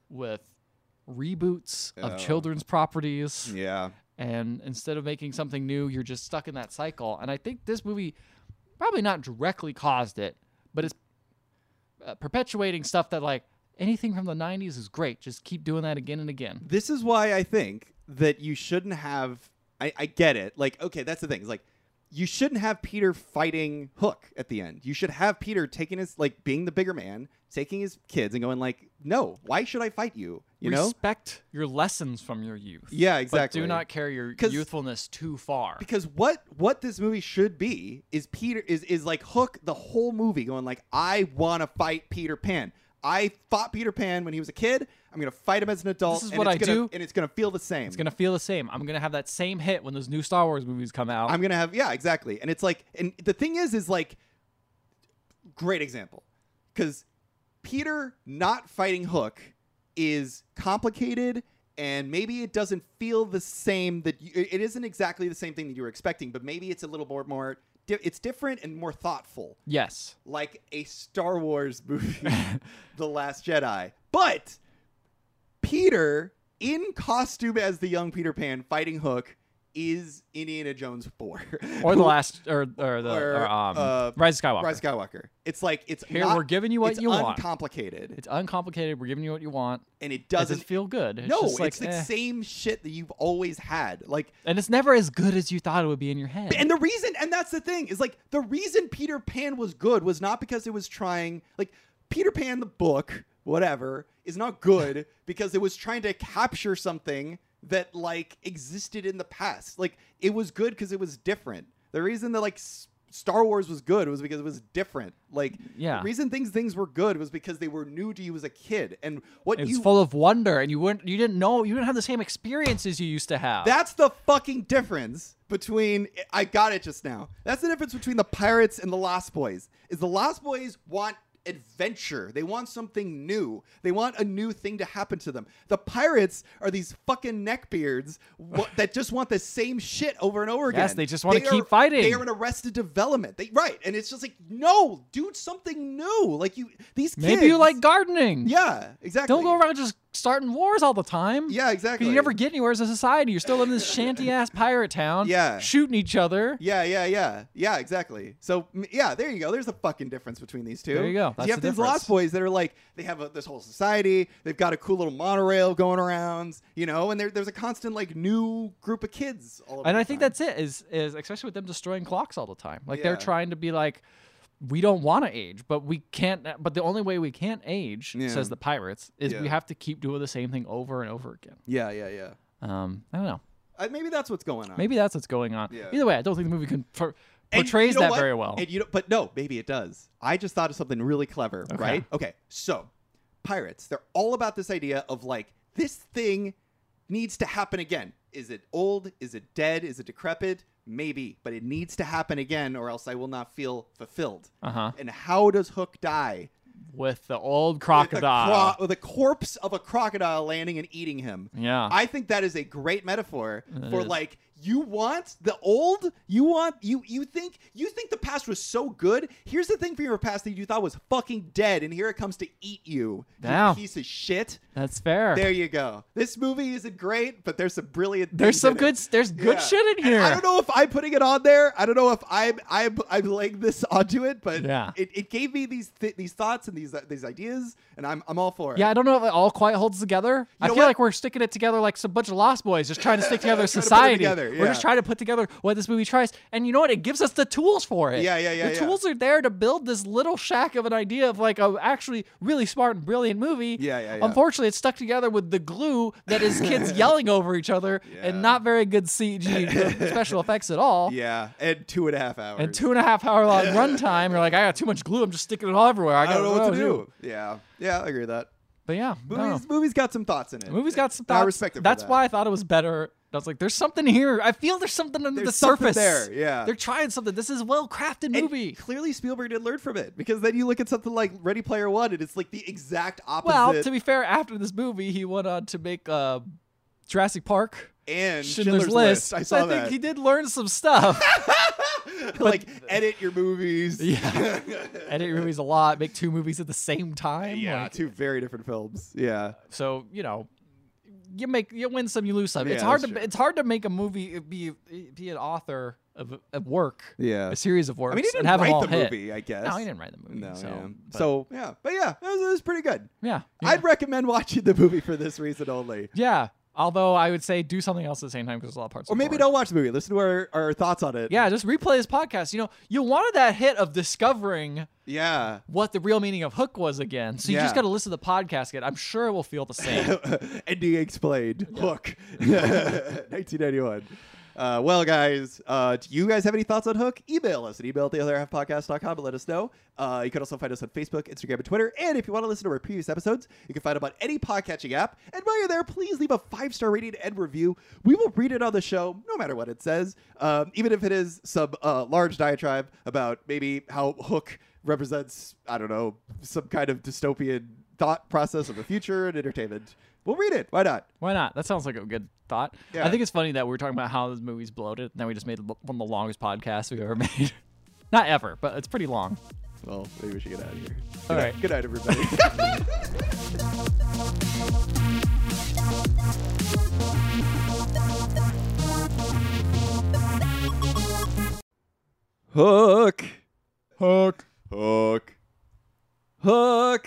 S1: with reboots
S2: Oh.
S1: of children's properties.
S2: Yeah.
S1: And instead of making something new, you're just stuck in that cycle. And I think this movie probably not directly caused it, but it's uh, perpetuating stuff that like anything from the 90s is great. Just keep doing that again and again.
S2: This is why I think that you shouldn't have. I, I get it. Like, okay, that's the thing. It's like, you shouldn't have Peter fighting Hook at the end. You should have Peter taking his, like, being the bigger man, taking his kids and going, like, no, why should I fight you? You know?
S1: Respect your lessons from your youth.
S2: Yeah,
S1: But
S2: exactly.
S1: do not carry your
S2: 'Cause-
S1: youthfulness too far.
S2: Because what what this movie should be is Peter is is like Hook the whole movie going like I want to fight Peter Pan. I fought Peter Pan when he was a kid. I'm gonna fight him as an adult.
S1: This is
S2: and
S1: what
S2: it's
S1: I
S2: gonna-
S1: do.
S2: and it's gonna feel the same.
S1: It's going to feel the same. I'm going to have that same hit when those new Star Wars movies come out.
S2: I'm gonna have yeah, exactly. And it's like, and the thing is, is like, great example, because Peter not fighting Hook is complicated and maybe it doesn't feel the same that you, it isn't exactly the same thing that you were expecting, but maybe it's a little more more di- it's different and more thoughtful,
S1: Yes.
S2: like a Star Wars movie, The Last Jedi. But Peter in costume as the young Peter Pan fighting Hook is Indiana Jones 4
S1: Or the last, or or the or,
S2: Or,
S1: um,
S2: uh,
S1: Rise of Skywalker.
S2: Rise of Skywalker. It's like it's
S1: Here
S2: not-
S1: we're giving you what
S2: it's
S1: you want.
S2: uncomplicated,
S1: It's uncomplicated. We're giving you what you want.
S2: and it
S1: Does
S2: doesn't
S1: it feel good? It's
S2: no,
S1: just like,
S2: it's the
S1: eh.
S2: same shit that you've always had. Like,
S1: and it's never as good as you thought it would be in your head.
S2: and the reason, and that's the thing, is like the reason Peter Pan was good was not because it was trying, like, Peter Pan, the book, whatever, is not good because it was trying to capture something that, like, existed in the past. Like, it was good because it was different. The reason that, like, S- Star Wars was good was because it was different. Like,
S1: Yeah.
S2: the reason things things were good was because they were new to you as a kid, and what
S1: it's
S2: you
S1: full of wonder, and you weren't, you didn't know, you didn't have the same experiences you used to have.
S2: That's the fucking difference between I got it just now. That's the difference between the pirates and the Lost Boys. Is the Lost Boys want adventure. They want something new. They want a new thing to happen to them. The pirates are these fucking neckbeards wha- that just want the same shit over and over again.
S1: Yes, they just wanna
S2: are-
S1: keep fighting.
S2: They are in arrested development. They right, and it's just like no, do something new. Like you, these kids.
S1: Maybe you like gardening.
S2: Yeah, exactly.
S1: Don't go around just starting wars all the time.
S2: Yeah, exactly.
S1: Because you never get anywhere as a society. You're still living in this shanty ass pirate town.
S2: Yeah.
S1: Shooting each other.
S2: Yeah, yeah, yeah, yeah, exactly. So m- yeah, there you go. There's a fucking difference between these two.
S1: There you go. That's
S2: you have
S1: the
S2: these
S1: difference.
S2: Lost Boys that are like they have a, this whole society. They've got a cool little monorail going around, you know, and there, there's a constant like new group of kids. All over
S1: And
S2: the
S1: I think
S2: time.
S1: that's it, is is especially with them destroying clocks all the time. Like they're
S2: Yeah.
S1: trying to be like, we don't want to age, but we can't but the only way we can't age,
S2: Yeah.
S1: says the pirates, is we
S2: Yeah.
S1: have to keep doing the same thing over and over again.
S2: yeah, yeah, yeah.
S1: Um, I don't know.
S2: Uh, maybe that's what's going on.
S1: Maybe that's what's going on.
S2: Yeah.
S1: Either way, I don't think the movie can por-
S2: And
S1: portrays
S2: you know
S1: that
S2: what?
S1: very well.
S2: And you don't- but no, maybe it does. I just thought of something really clever, right? Okay, so pirates, they're all about this idea of like this thing needs to happen again. Is it old? Is it dead? Is it decrepit? Maybe, but it needs to happen again, or else I will not feel fulfilled.
S1: uh-huh.
S2: And how does Hook die?
S1: With the old
S2: With a,
S1: crocodile.
S2: cro- with a corpse of a crocodile landing and eating him.
S1: yeah.
S2: I think that is a great metaphor
S1: It
S2: for
S1: is.
S2: like you want the old, you want you you think you think the past was so good. Here's the thing from your past that you thought was fucking dead, and here it comes to eat you, you
S1: Yeah.
S2: piece of shit.
S1: that's fair.
S2: There you go. This movie isn't great, but there's some brilliant.
S1: there's
S2: things
S1: some
S2: in
S1: good
S2: It.
S1: there's good
S2: Yeah.
S1: shit in
S2: And
S1: here.
S2: I don't know if I'm putting it on there. I don't know if I'm I'm I'm laying this onto it, but
S1: Yeah.
S2: it, it gave me these th- these thoughts and these these ideas, and I'm I'm all for it.
S1: Yeah, I don't know if it all quite holds together. I
S2: know
S1: feel
S2: what?
S1: like we're sticking it together like some bunch of lost boys, just trying to stick together a
S2: Trying to put it
S1: society.
S2: together,
S1: We're just
S2: yeah.
S1: trying to put together what this movie tries, and you know what? It gives us the tools for it.
S2: Yeah, yeah, yeah,
S1: The
S2: yeah.
S1: tools are there to build this little shack of an idea of like a actually really smart and brilliant movie.
S2: Yeah, yeah, yeah.
S1: Unfortunately, it's stuck together with the glue that is kids yelling over each other
S2: Yeah.
S1: and not very good CG special effects at all.
S2: Yeah, and two and a half hours.
S1: And two and a half hour long runtime, you're like, I got too much glue. I'm just sticking it all everywhere. I,
S2: I don't
S1: gotta
S2: know what to do. Oh, Yeah, yeah, I agree with that.
S1: But yeah, I don't know.
S2: Movies, movies got some thoughts in it.
S1: The movie's got some
S2: And
S1: thoughts.
S2: I respect it. for
S1: That's
S2: that.
S1: why I thought it was better. I was like, "There's something here. I feel there's something under
S2: There's
S1: the
S2: something
S1: surface.
S2: there, yeah.
S1: they're trying something. This is a well-crafted
S2: And
S1: movie.
S2: clearly Spielberg did learn from it because then you look at something like Ready Player One and it's like the exact opposite.
S1: well, to be fair, after this movie, he went on to make uh, Jurassic Park,
S2: and
S1: Schindler's, List.
S2: I
S1: So
S2: saw
S1: think
S2: that.
S1: he did learn some stuff.
S2: like edit your movies.
S1: yeah, edit your movies a lot. Make two movies at the same time.
S2: Yeah,
S1: like-
S2: two very different films. Yeah,
S1: so you know. You make you win some, you lose some. it's
S2: Yeah,
S1: hard to
S2: that's true.
S1: it's hard to make a movie be be an author of, of work,
S2: yeah.
S1: a series of works,
S2: I mean, he didn't
S1: and have
S2: write
S1: them all
S2: the
S1: hit.
S2: movie. I guess.
S1: No, he didn't write the movie.
S2: No,
S1: so,
S2: yeah.
S1: but-
S2: so yeah, but yeah, it was, it was pretty good.
S1: yeah, yeah.
S2: I'd recommend watching the movie for this reason only.
S1: yeah. Although I would say do something else at the same time because there's a lot of parts.
S2: Or maybe
S1: don't.
S2: don't watch the movie. Listen to our, our thoughts on it.
S1: Yeah, just replay this podcast. You know, you wanted that hit of discovering
S2: Yeah.
S1: what the real meaning of hook was again. So you just
S2: Yeah.
S1: got to listen to the podcast again. I'm sure it will feel the same.
S2: Ending explained. Hook. 1991. Uh, well, guys, uh, do you guys have any thoughts on Hook? Email us at email at the other half podcast.com and let us know. Uh, you can also find us on Facebook, Instagram, and Twitter. And if you want to listen to our previous episodes, you can find them on any podcatching app. And while you're there, please leave a five star rating and review. We will read it on the show, no matter what it says, um, even if it is some uh, large diatribe about maybe how Hook represents, I don't know, some kind of dystopian thought process of the future and entertainment. We'll read it. Why not?
S1: Why not? That sounds like a good thought.
S2: Yeah.
S1: I think it's funny that we were talking about how this movie's bloated, and then we just made l- one of the longest podcasts we've ever made. Not ever, but it's pretty long.
S2: Well, maybe we should get out of here.
S1: All
S2: Good
S1: right.
S2: night- Good night, everybody. Hook.
S1: Hook.
S2: Hook. Hook.